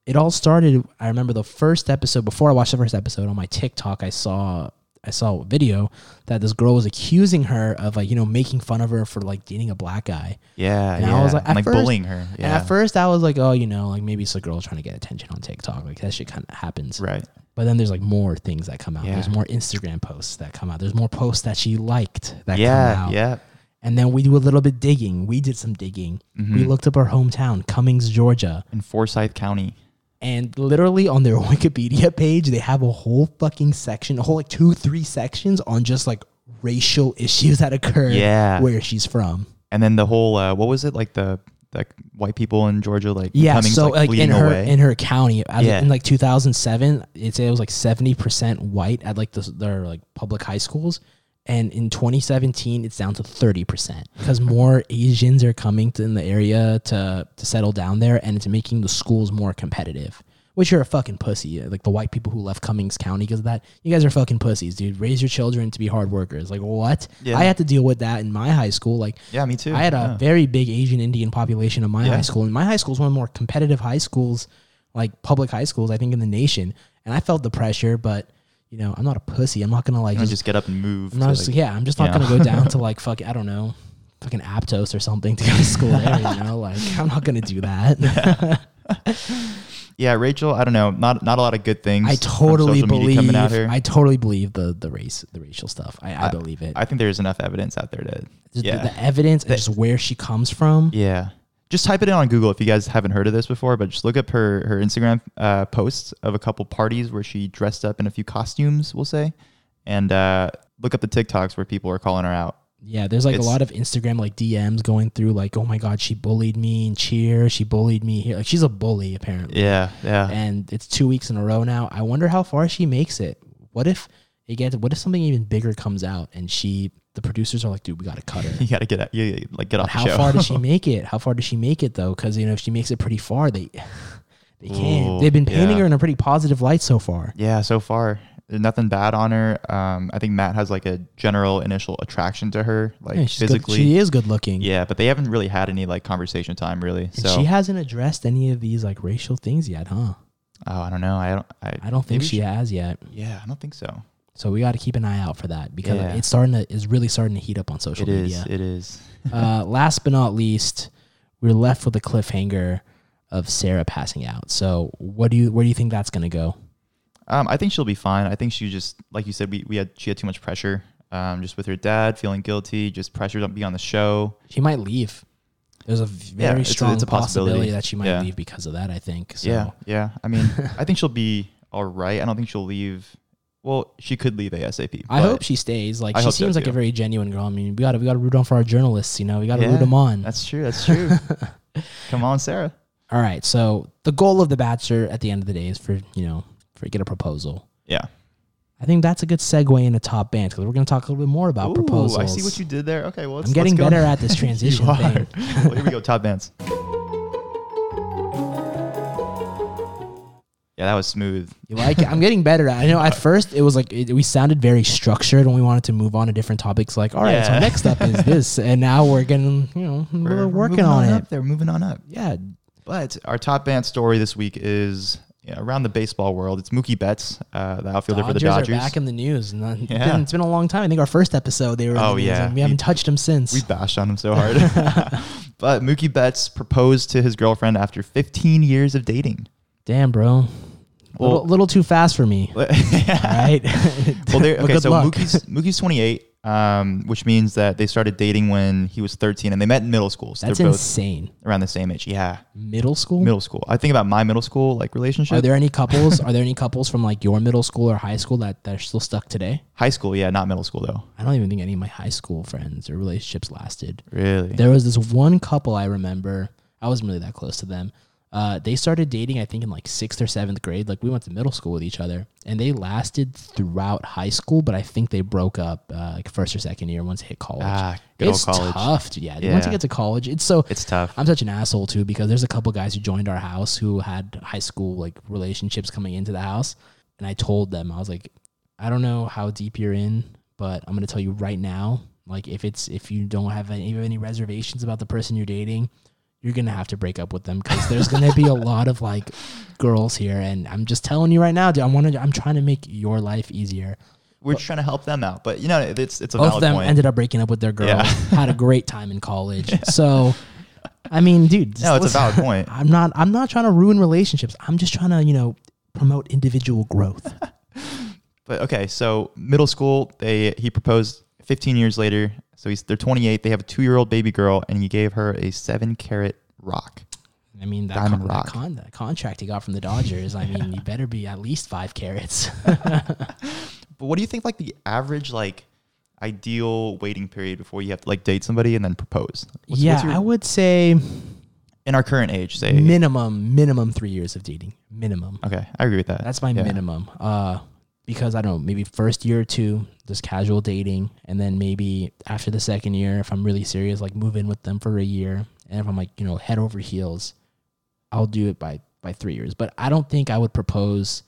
A: it all started. I remember the first episode. Before I watched the first episode on my TikTok, I saw I saw a video that this girl was accusing her of like you know making fun of her for like dating a black guy.
B: yeah,
A: And
B: yeah.
A: I was like,
B: And,
A: at
B: like
A: first-
B: bullying her.
A: And
B: Yeah,
A: at first, I was like, oh, you know, like maybe it's a girl trying to get attention on TikTok. Like that shit kind of happens.
B: right.
A: But then there's like more things that come out.
B: Yeah.
A: There's more Instagram posts that come out. There's more posts that she liked that come
B: Yeah,
A: out.
B: yeah.
A: And then we do a little bit digging. We did some digging.
B: Mm-hmm.
A: We looked up her hometown, Cummings, Georgia.
B: In Forsyth County.
A: And literally on their Wikipedia page, they have a whole fucking section, a whole like two, three sections on just like racial issues that occur
B: Yeah.
A: where she's from.
B: And then the whole uh, what was it like the the white people in Georgia like
A: Yeah,
B: Cummings,
A: so like,
B: like,
A: in
B: fleeing
A: her
B: away.
A: in her county, as
B: Yeah.
A: in like 2007, it it was like 70 percent white at like the, their like public high schools, and in 2017, it's down to 30 percent because more Asians are coming to, in the area to to settle down there, and it's making the schools more competitive. Which you're a fucking pussy. Like the white people who left Cummings County because of that. You guys are fucking pussies, dude. Raise your children to be hard workers. Like what?
B: Yeah.
A: I had to deal with that in my high school. Like
B: yeah, me too.
A: I had a
B: yeah.
A: very big Asian Indian population in my
B: Yeah.
A: high school, and my high school is one of the more competitive high schools, like public high schools, I think, in the nation. And I felt the pressure, but you know, I'm not a pussy. I'm not gonna like
B: You know,
A: just,
B: just get up and move.
A: I'm not
B: to,
A: just-
B: like-
A: yeah, I'm just not
B: you know.
A: gonna go down to like fuck, I don't know, fucking Aptos or something to go to school there. You know, like I'm not gonna do that.
B: yeah, Rachel. I don't know. Not not a lot of good things.
A: I
B: from
A: totally
B: social media
A: believe.
B: coming out here.
A: I totally believe the the race, the racial stuff. I, I, believe it.
B: I think there's enough evidence out there to
A: Just the-
B: yeah.
A: the, evidence and just where she comes from.
B: Yeah. Just type it in on Google if you guys haven't heard of this before, but just look up her, her Instagram uh, posts of a couple parties where she dressed up in a few costumes, we'll say, and uh, look up the TikToks where people are calling her out.
A: Yeah, there's like a
B: It's-
A: lot of Instagram like DMs going through like, oh my god, she bullied me and cheer, she bullied me here. Like she's a bully apparently.
B: Yeah, yeah.
A: And it's two weeks in a row now. I wonder how far she makes it. What if it gets what if something even bigger comes out and she the producers are like, dude, we gotta cut her.
B: You gotta get out, you, you, like get off the
A: how
B: show.
A: far does she make it? How far does she make it though? Because you know, if she makes it pretty far, they they can't.
B: Ooh,
A: They've been painting
B: yeah.
A: her in a pretty positive light so far.
B: yeah, so far nothing bad on her. Um, I think Matt has like a general initial attraction to her, like
A: Yeah, she's good-
B: physically.
A: she is good looking.
B: Yeah, but they haven't really had any like conversation time really.
A: And
B: so
A: she hasn't addressed any of these like racial things yet, huh?
B: oh, I don't know. I don't. I,
A: I don't think
B: maybe
A: she, has yet.
B: Yeah, I don't think so.
A: So we got to keep an eye out for that because
B: Yeah.
A: it's starting to is really starting to heat up on social
B: It is.
A: media.
B: It is.
A: uh, last but not least, we're left with a cliffhanger of Sarah passing out. So what do you where do you think that's going to go?
B: Um, I think she'll be fine. I think she just like you said, we, we had she had too much pressure. Um, just with her dad feeling guilty, just pressure to be on the show.
A: She might leave. There's a very
B: Yeah, it's a-
A: strong
B: it's a
A: possibility.
B: possibility.
A: that she might
B: Yeah.
A: leave because of that. I think. So.
B: Yeah, yeah. I mean, I think she'll be all right. I don't think she'll leave. Well, she could leave ASAP.
A: I
B: but
A: hope she stays. Like
B: I
A: she
B: hope so,
A: seems like a
B: too.
A: very genuine girl. I mean, we got to we got to root on for our journalists. You know, we got to
B: Yeah,
A: root them on.
B: That's true. That's true. Come on, Sarah.
A: All right. So the goal of the Bachelor at the end of the day is for you know for get a proposal.
B: Yeah.
A: I think that's a good segue into top bands because we're going to talk a little bit more about
B: Ooh,
A: proposals.
B: I see what you did there. Okay, well, let's,
A: I'm getting
B: let's go.
A: better at this transition
B: you
A: thing.
B: are. well, here we go. Top bands. Yeah, that was smooth.
A: You like it? I'm getting better at. It. I know at first it was like it, we sounded very structured when we wanted to move on to different topics. Like, all right, so
B: Yeah.
A: next up is this, and now we're getting you know we're, working
B: moving
A: on, it.
B: Up. They're moving on up.
A: Yeah,
B: But our top band story this week is you know, around the baseball world. It's Mookie Betts, uh, the outfielder for the
A: Dodgers
B: Dodgers.
A: are back in the news. And it's
B: Yeah.
A: been- it's been a long time. I think our first episode they were. in
B: Oh,
A: the news,
B: yeah.
A: and we haven't
B: We-
A: touched them since.
B: we bashed on him so hard. but Mookie Betts proposed to his girlfriend after 15 years of dating.
A: Damn, bro. little,
B: Well-
A: little too fast for me.
B: well,
A: All right.
B: there,
A: Well,
B: okay,
A: good
B: so
A: luck.
B: Mookie's Mookie's 28, um, which means that they started dating when he was 13, and they met in middle school. So
A: That's
B: they're both
A: insane.
B: around the same age. Yeah,
A: Middle school.
B: middle school. I think about my middle school like relationship.
A: Are there any couples? are there any couples from like your middle school or high school that, that are still stuck today?
B: High school, yeah, not middle school though.
A: I don't even think any of my high school friends or relationships lasted.
B: Really?
A: There was this one couple I remember. I wasn't really that close to them. Uh, they started dating, I think, in like sixth or seventh grade. Like we went to middle school with each other, and they lasted throughout high school. But I think they broke up uh, like first or second year once they hit college.
B: Ah, good old
A: it's
B: college.
A: tough. dude. Yeah, once you
B: Yeah.
A: get to college, it's so.
B: It's tough.
A: I'm such an asshole too because there's a couple guys who joined our house who had high school like relationships coming into the house, and I told them I was like, I don't know how deep you're in, but I'm gonna tell you right now, like if it's if you don't have any, even any reservations about the person you're dating, you're gonna have to break up with them because there's gonna be a lot of like girls here, and I'm just telling you right now, dude. I want to. I'm trying to make your life easier.
B: We're trying to help them out, but you know, it's it's a
A: Both of
B: valid
A: them
B: point.
A: ended up breaking up with their girl.
B: Yeah.
A: had a great time in college. So, I mean, dude, just
B: no, it's a
A: listen.
B: valid point.
A: I'm not. I'm not trying to ruin relationships. I'm just trying to, you know, promote individual growth.
B: But okay, so middle school, they he proposed 15 years later. So he's they're 28. They have a two year old baby girl, and he gave her a seven carat rock.
A: I mean, that,
B: Diamond
A: con- that
B: rock.
A: con- that contract he got from the Dodgers. I mean, you better be at least five carats.
B: But what do you think like the average like ideal waiting period before you have to like date somebody and then propose? What's-
A: yeah,
B: what's your-
A: I would say
B: in our current age, say
A: minimum, minimum three years of dating. Minimum.
B: okay, I agree with that.
A: That's my
B: Yeah.
A: minimum. Uh, because I don't know, maybe first year or two, just casual dating, and then maybe after the second year, if I'm really serious, like move in with them for a year, and if I'm like you know head over heels, I'll do it by by three years. But I don't think I would propose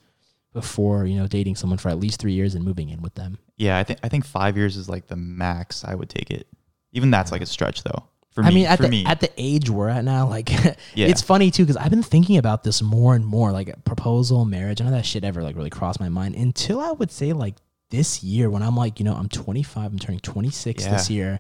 A: before you know dating someone for at least three years and moving in with them.
B: Yeah, I think I think five years is like the max I would take it. Even that's like a stretch though. For me,
A: I mean, at
B: for
A: the
B: me,
A: at the age we're at now, like
B: Yeah.
A: it's funny too because I've been thinking about this more and more, like proposal, marriage, none of that shit ever like really crossed my mind until I would say like this year when I'm like, you know, I'm 25, I'm turning 26 this year.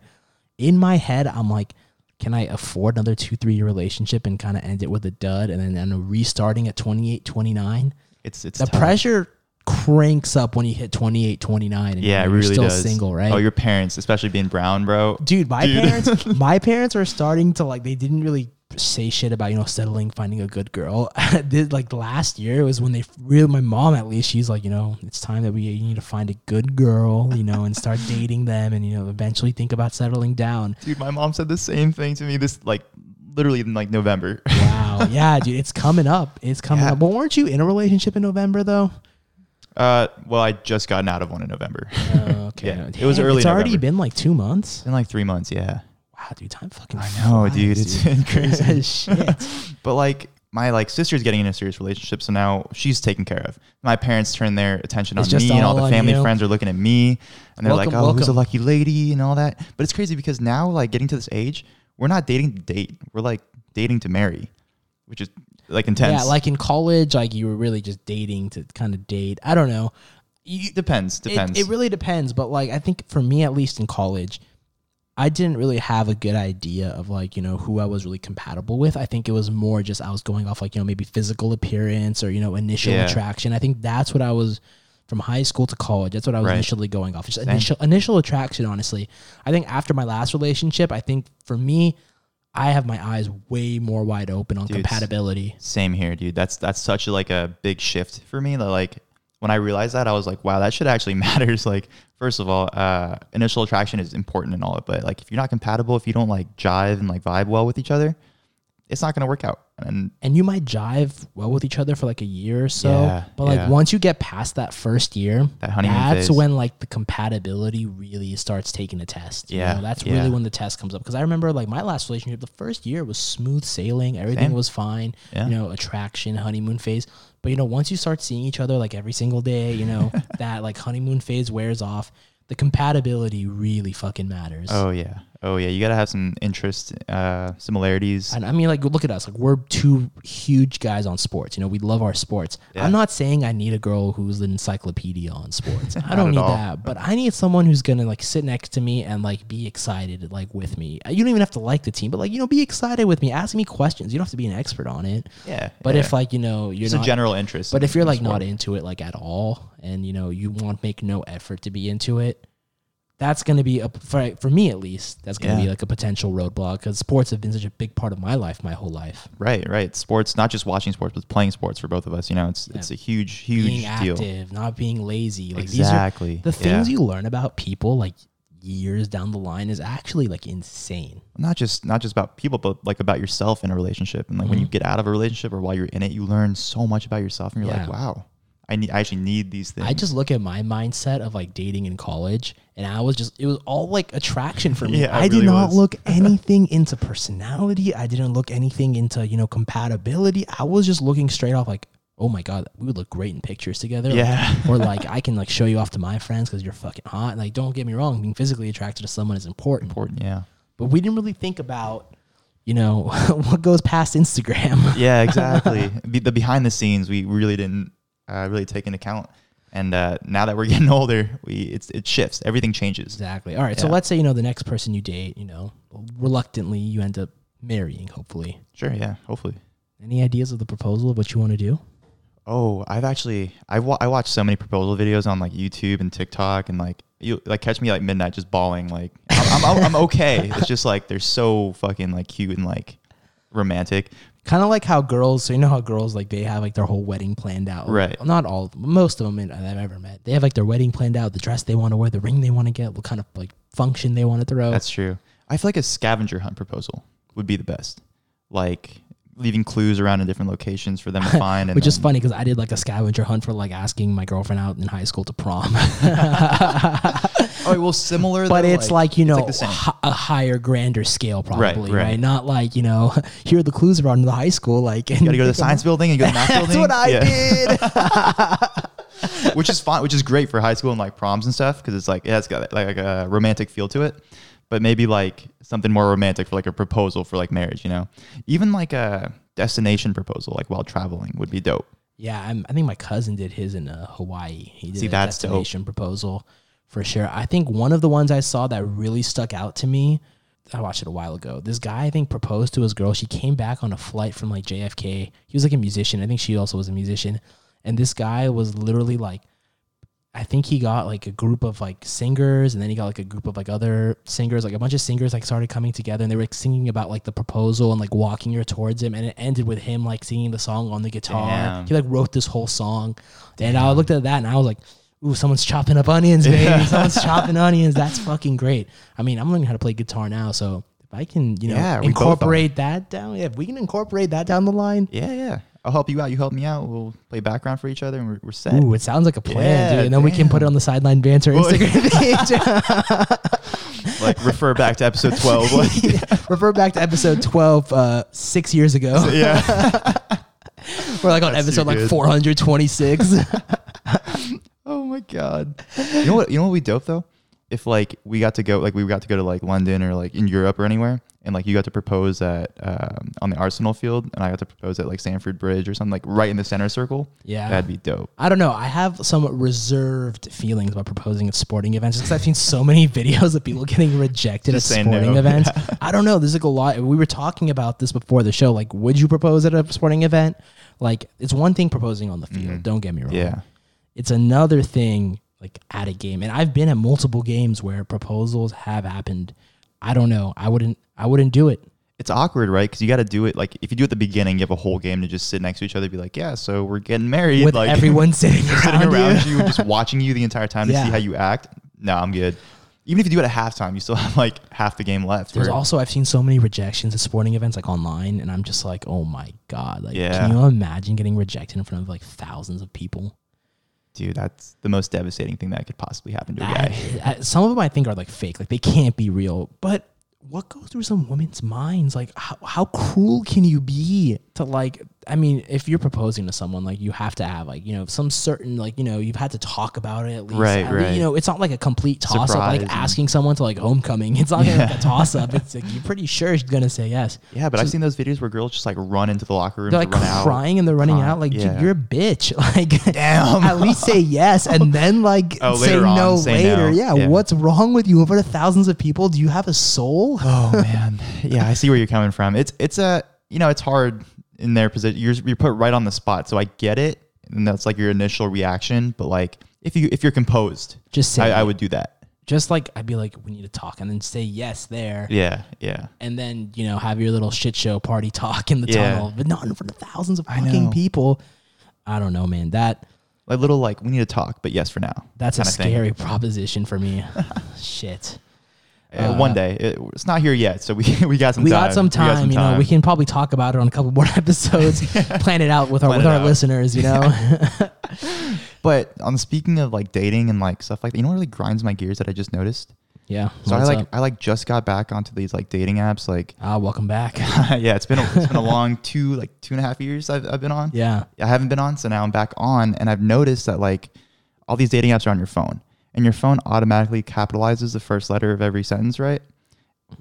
A: In my head, I'm like, can I afford another two, three year relationship and kind of end it with a dud and then and restarting at 28, 29?
B: it's it's
A: The
B: tough.
A: pressure cranks up when you hit 28, 29 and
B: Yeah, it
A: you're
B: really
A: still
B: does.
A: single, right?
B: Oh, your parents, especially being brown, bro.
A: dude my
B: Dude.
A: parents my parents are starting to like they didn't really say shit about you know settling finding a good girl This, like last year was when they really my mom at least she's like you know it's time that we you need to find a good girl you know and start dating them and you know eventually think about settling down
B: Dude, my mom said the same thing to me this like literally in like November.
A: wow yeah dude it's coming up it's coming
B: Yeah.
A: up well weren't you in a relationship in november though
B: Uh, well, I just gotten out of one in November.
A: Uh, okay
B: Yeah, it was
A: Damn,
B: early
A: it's already
B: November.
A: been like two months
B: in like three months, yeah.
A: wow dude time fucking
B: I know, dude.
A: flies,
B: It's been crazy.
A: dude. shit
B: But like, my like sister's getting into a serious relationship, so now she's taken care of. My parents turn their attention
A: It's
B: on
A: just
B: me, and
A: all
B: all the
A: on
B: family
A: you.
B: friends are looking at me, and they're like,
A: Welcome,
B: "Oh, who's a
A: welcome.
B: lucky lady?" and all that. But it's crazy because now, like, getting to this age, we're not dating to date; we're like dating to marry, which is like intense.
A: Yeah, like in college, like you were really just dating to kind of date. I don't know. You,
B: depends,
A: it-
B: depends.
A: It, really depends, but like I think for me at least in college, I didn't really have a good idea of like, you know, who I was really compatible with. I think it was more just I was going off like, you know, maybe physical appearance or, you know, initial
B: Yeah.
A: attraction. I think that's what I was from high school to college. That's what I was
B: Right.
A: initially going off. Just initial initial attraction, honestly. I think after my last relationship, I think for me, I have my eyes way more wide open on
B: Dude, it's-
A: compatibility.
B: Same here, dude. That's that's such like a big shift for me. That like when I realized that, I was like, wow, that shit actually matters. Like, first of all, uh, initial attraction is important and all, but like if you're not compatible, if you don't like jive and like vibe well with each other, it's not gonna work out. And
A: and you might jive well with each other for like a year or so.
B: Yeah,
A: but like
B: yeah.
A: once you get past that first year,
B: That honeymoon
A: that's
B: phase.
A: when like the compatibility really starts taking a test. you
B: Yeah,
A: know? that's
B: yeah.
A: really when the test comes up. Because I remember like my last relationship, the first year was smooth sailing, everything
B: Same.
A: was fine.
B: Yeah.
A: You know, attraction, honeymoon phase. But you know, once you start seeing each other like every single day, you know that like honeymoon phase wears off. The compatibility really fucking matters.
B: oh yeah, oh yeah, you gotta have some interest uh, similarities.
A: And I mean, like, look at us. Like, we're two huge guys on sports. You know, we love our sports.
B: Yeah.
A: I'm not saying I need a girl who's an encyclopedia on sports. I
B: Not
A: don't
B: at
A: need
B: all.
A: that. But I need someone who's gonna like sit next to me and like be excited, like with me. Uh, You don't even have to like the team, but like you know, be excited with me. Ask me questions. You don't have to be an expert on it.
B: yeah,
A: But
B: yeah.
A: if like you know you're
B: it's
A: not
B: a general interest,
A: but
B: in-
A: if you're
B: in
A: like
B: sport.
A: not into it like at all, and you know you want make no effort to be into it, that's gonna be a for, for me at least. That's gonna
B: Yeah.
A: be like a potential roadblock because sports have been such a big part of my life, my whole life.
B: right, right, sports, not just watching sports, but playing sports for both of us. You know, it's it's a huge, huge
A: being
B: deal.
A: active, not being lazy. Like
B: exactly.
A: these are the
B: yeah.
A: things you learn about people like years down the line is actually like insane.
B: not just not just about people, but like about yourself in a relationship. And like when you get out of a relationship or while you're in it, you learn so much about yourself, and you're like,
A: Yeah.
B: wow, I need, I actually need these things.
A: I just look at my mindset of like dating in college, and I was just it was all like attraction for me.
B: Yeah, it
A: I did
B: really
A: not
B: was.
A: look anything into personality. I didn't look anything into you know compatibility. I was just looking straight off like, oh my god, we would look great in pictures together. Like,
B: yeah,
A: or like I can like show you off to my friends because you're fucking hot. And, Like don't get me wrong, being physically attracted to someone is important,
B: important. Yeah,
A: but we didn't really think about you know what goes past Instagram.
B: yeah, exactly. Be, the behind the scenes we really didn't uh, really take into account. And uh, now that we're getting older, we it's it shifts. Everything changes.
A: Exactly. All right. So
B: Yeah.
A: let's say you know the next person you date, you know, reluctantly you end up marrying. Hopefully.
B: Sure. Yeah. Hopefully.
A: Any ideas of the proposal of what you want to do?
B: Oh, I've actually I wa- I watched so many proposal videos on like YouTube and TikTok and like you like catch me like midnight just bawling like I'm I'm, I'm okay. It's just like they're so fucking like cute and like romantic.
A: Kind of like how girls, so you know how girls like they have like their whole wedding planned out.
B: Right.
A: Not all, most of them I've ever met, they have like their wedding planned out, the dress they want to wear, the ring they want to get, what kind of like function they want to throw.
B: That's true. I feel like a scavenger hunt proposal would be the best. Like leaving clues around in different locations for them to find and
A: which is
B: then-
A: funny because I did like a scavenger hunt for like asking my girlfriend out in high school to prom,
B: Oh, well similar
A: but
B: though,
A: it's like you
B: it's
A: know
B: the same.
A: hi- a higher, grander scale
B: Right,
A: probably, right?
B: right.
A: Not like you know here are the clues around the high school, like and
B: you gotta go to the science building and go to the math
A: That's
B: building.
A: what I
B: Yeah.
A: did.
B: which is fine, which is great for high school and like proms and stuff because it's like yeah, it's got like a romantic feel to it. But maybe like something more romantic for like a proposal for like marriage, you know? Even like a destination proposal, like while traveling, would be dope.
A: Yeah, I'm, I think my cousin did his in uh, Hawaii. He did
B: See,
A: a
B: that's dope.
A: destination proposal for sure. I think one of the ones I saw that really stuck out to me. I watched it a while ago. This guy, I think, proposed to his girl. She came back on a flight from like JFK. He was like a musician. I think she also was a musician. And this guy was literally like, I think he got like a group of like singers, and then he got like a group of like other singers, like a bunch of singers like started coming together, and they were like singing about like the proposal and like walking her towards him, and it ended with him like singing the song on the guitar.
B: Damn.
A: He like wrote this whole song, and I looked at that and I was like, "Ooh, someone's chopping up onions, baby! Someone's chopping onions. That's fucking great." I mean, I'm learning how to play guitar now, so if I can, you know,
B: Yeah, we both are.
A: incorporate that down, yeah, if we can incorporate that down the line,
B: Yeah, yeah. I'll help you out. You help me out. We'll play background for each other, and we're, we're set.
A: Ooh, it sounds like a plan,
B: Yeah,
A: dude. And then we can put it on the sideline banter
B: Well,
A: Instagram
B: Like refer back to episode twelve.
A: page. Refer back to episode 12, uh, six years ago.
B: yeah.
A: We're like on
B: That's too
A: episode like
B: good.
A: 426.
B: Oh my god. You know what? You know what would be dope though? If like we got to go, like we got to go to like London or like in Europe or anywhere, and like you got to propose at um, on the Arsenal field, and I got to propose at like Sanford Bridge or something, like right in the center circle.
A: Yeah.
B: that'd be dope.
A: I don't know. I have some reserved feelings about proposing at sporting events because I've seen so many videos of people getting rejected at
B: Just say
A: sporting
B: no.
A: events. I don't know. There's like a lot. We were talking about this before the show. Like, would you propose at a sporting event? Like, it's one thing proposing on the field. Don't get me wrong.
B: Mm-hmm. Yeah,
A: It's another thing like at a game. And I've been at multiple games where proposals have happened. I don't know. I wouldn't. I wouldn't do it.
B: it's awkward, right? Because you got to do it like if you do it at the beginning, you have a whole game to just sit next to each other, and be like, yeah, so we're getting married,
A: With
B: like
A: everyone sitting
B: sitting
A: around, you.
B: around you, just watching you the entire time to
A: Yeah.
B: see how you act. No, I'm good. Even if you do it at halftime, you still have like half the game left.
A: There's
B: or-
A: also I've seen so many rejections at sporting events like online, and I'm just like, oh my god, like
B: Yeah.
A: can you imagine getting rejected in front of like thousands of people?
B: dude, that's the most devastating thing that could possibly happen to a guy.
A: I- I- some of them I think are like fake, like they can't be real. But what goes through some women's minds? Like how, how cruel can you be to like? I mean, if you're proposing to someone, like you have to have like you know some certain like you know you've had to talk about it at least.
B: Right,
A: At le-
B: right.
A: You know, it's not like a complete toss up.
B: Surprise
A: Like
B: and-
A: asking someone to like homecoming, it's not like a toss up. It's like you're pretty sure she's gonna say yes.
B: Yeah, but I've seen those videos where girls just like run into the locker room,
A: They're
B: to
A: like
B: run
A: crying and they're running
B: Crying,
A: out. Like, dude,
B: yeah.
A: you're a bitch. Like,
B: Damn.
A: at least say yes and then like
B: Oh,
A: say
B: later on,
A: no
B: say
A: later.
B: no.
A: Yeah,
B: Yeah.
A: what's wrong with you? In front of thousands of people, do you have a soul?
B: out. Oh man, yeah, I see where you're coming from. It's it's a you know it's hard in their position. You're you're put right on the spot, so I get it, and that's like your initial reaction. But like if you if you're composed,
A: Just say
B: I, I
A: it.
B: would do that.
A: Just like I'd be like, we need to talk, and then say yes there,
B: Yeah, yeah.
A: and then you know have your little shit show party talk in the
B: Yeah.
A: tunnel, but not in front of thousands of
B: know.
A: fucking people. I don't know, man. That
B: Like little like we need to talk, but yes for now.
A: that's a
B: kinda thing.
A: scary proposition for me. shit.
B: Uh, one day, It- it's not here yet, so we we got some.
A: we
B: time.
A: got some time, you know. We can probably talk about it on a couple more episodes. plan it out with our
B: Plan
A: with
B: it
A: our
B: out.
A: listeners, you know.
B: But on speaking of like dating and like stuff like that, you know what really grinds my gears that I just noticed.
A: yeah.
B: So I
A: what's
B: like
A: up?
B: I like just got back onto these like dating apps. Like
A: Ah, welcome back.
B: yeah, it's been a, it's been a long two like two and a half years I've I've been on.
A: Yeah.
B: I haven't been on, so now I'm back on, and I've noticed that like all these dating apps are on your phone, and your phone automatically capitalizes the first letter of every sentence, right?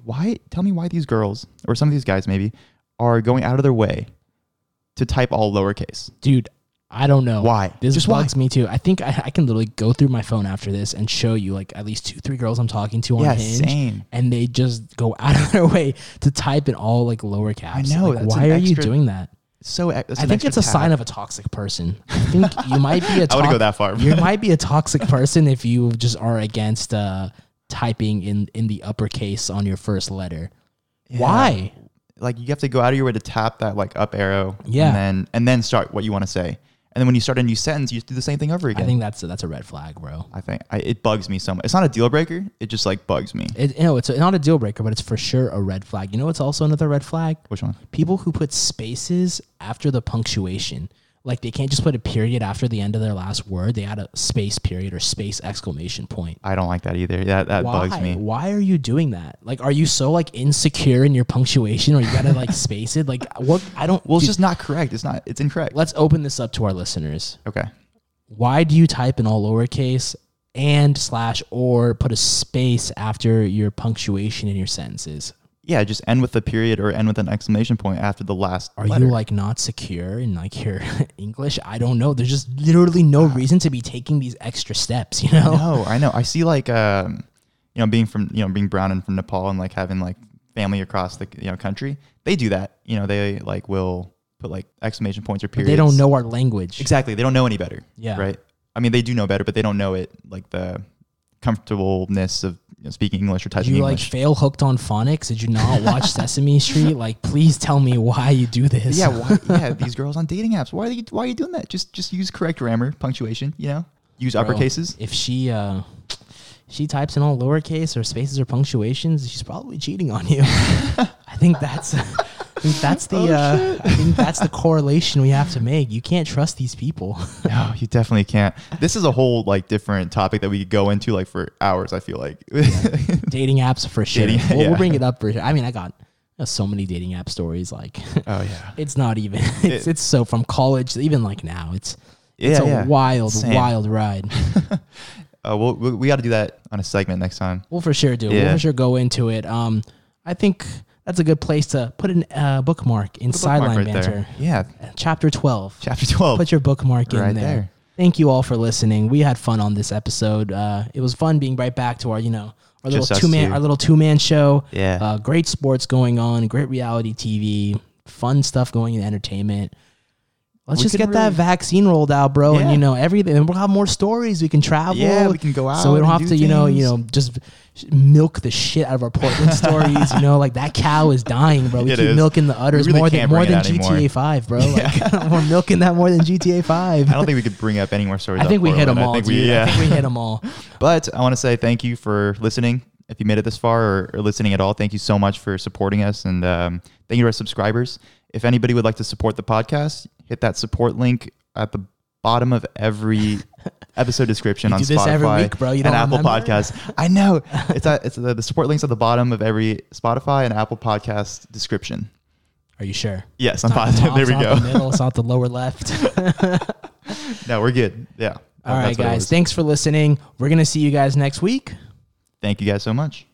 B: Why? Tell me why these girls or some of these guys maybe are going out of their way to type all lowercase.
A: Dude, I don't know.
B: Why?
A: Oh, This
B: Just why?
A: bugs me too. I think I, I can literally go through my phone after this and show you like at least two, three girls I'm talking to on
B: Yeah,
A: Hinge.
B: same.
A: And they just go out of their way to type in all like lower caps.
B: know,
A: Like,
B: that's
A: why
B: an
A: are you
B: extra-
A: doing that?
B: So e, I
A: I think it's a sign of a toxic person. I think you might be a
B: I wouldn't
A: tox-
B: go that far,
A: you might be a toxic person if you just are against uh, typing in in the uppercase on your first letter. Why?
B: like you have to go out of your way to tap that like up arrow.
A: Yeah.
B: And then and then start what you want to say. And then when you start a new sentence, you just do the same thing over again.
A: I think that's a, that's a red flag, bro.
B: I think I, it bugs me so much. It's not a deal breaker. It just like bugs me.
A: It, you know, it's not a deal breaker, but it's for sure a red flag. You know, it's also another red flag.
B: Which one?
A: People who put spaces after the punctuation, like they can't just put a period after the end of their last word. They add a space period or space exclamation point.
B: I don't like that either. That that
A: Why?
B: bugs me.
A: Why are you doing that? Like, are you so like insecure in your punctuation, or you gotta like space it? Like, what? I don't.
B: Well, it's
A: dude,
B: just not correct. It's not. It's incorrect.
A: let's open this up to our listeners.
B: Okay.
A: Why do you type in all lowercase and slash or put a space after your punctuation in your sentences?
B: Yeah, just end with a period or end with an exclamation point after the last.
A: Are
B: letter.
A: you like not secure in like your English? I don't know. There's just literally no reason to be taking these extra steps, you know?
B: No, I know. I see like um, you know, being from you know, being brown and from Nepal and like having like family across the you know country, they do that. You know, they like will put like exclamation points or periods.
A: They don't know our language.
B: exactly. They don't know any better.
A: Yeah.
B: Right. I mean, they do know better, but they don't know it like the comfortableness of you know, speaking English or
A: Did
B: typing
A: you like
B: English.
A: fail hooked on phonics? Did you not watch Sesame Street? Like, please tell me why you do this.
B: yeah, why, yeah. These girls on dating apps. Why are you? Why are you doing that? Just just use correct grammar, punctuation. You know, use
A: Bro,
B: uppercases.
A: If she uh she types in all lowercase or spaces or punctuations, she's probably cheating on you. I think that's I think that's
B: Oh,
A: the uh, I think that's the correlation we have to make. You can't trust these people.
B: No, you definitely can't. This is a whole like different topic that we could go into like for hours. I feel like.
A: dating apps for sure.
B: Dating-
A: we'll, we'll
B: yeah.
A: bring it up for sure. I mean, I got There's so many dating app stories. Like
B: Oh yeah.
A: it's not even. It's, it's so from college, even like now. It's it's
B: Yeah,
A: a
B: yeah.
A: wild,
B: Same.
A: wild ride.
B: Uh, we'll, we we got to do that on a segment next time.
A: We'll for sure do. We'll
B: Yeah.
A: for sure go into it. Um, I think that's a good place to put an uh, bookmark in sideline
B: Bookmark
A: banter,
B: Yeah,
A: chapter twelve.
B: chapter twelve.
A: Put your bookmark in
B: Right
A: there.
B: there.
A: Thank you all for listening. We had fun on this episode. Uh, it was fun being right back to our, you know, our little
B: Just us
A: two man,
B: two.
A: our little two man show.
B: Yeah.
A: Uh, great sports going on. Great reality TV. Fun stuff going in entertainment. Let's
B: We
A: just
B: could
A: get that
B: really-
A: vaccine rolled out, bro, and
B: Yeah.
A: you know everything. And we'll have more stories. We can travel.
B: Yeah, we can go out.
A: So we don't
B: and
A: have to,
B: do
A: you know, you
B: things.
A: know, just milk the shit out of our Portland stories. You know, like that cow is dying, bro. We
B: It
A: keep
B: is.
A: milking the udders
B: really
A: more than
B: can't
A: more
B: bring it
A: than
B: out anymore.
A: GTA Five, bro. Like, we're milking that more than GTA Five.
B: I don't think we could bring up any more stories.
A: I
B: out
A: think we hit
B: Portland.
A: them all,
B: I think
A: dude.
B: we,
A: I
B: yeah.
A: think we hit them all.
B: But I want to say thank you for listening. If you made it this far or, or listening at all, thank you so much for supporting us. And um, thank you to our subscribers. If anybody would like to support the podcast, hit that support link at the bottom of every episode description
A: You
B: on
A: do this
B: Spotify
A: every week, bro. You
B: and
A: don't
B: Apple
A: remember?
B: Podcasts. I know. It's, at, it's uh, the, the support links at the bottom of every Spotify and Apple Podcast description.
A: Are you sure?
B: Yes, I'm
A: Not the
B: positive.
A: top,
B: There we
A: it's
B: go.
A: Not the middle, it's not the lower left.
B: No, we're good. Yeah.
A: All
B: That's
A: right,
B: what it
A: guys.
B: was.
A: Thanks for listening. We're gonna see you guys next week.
B: Thank you guys so much.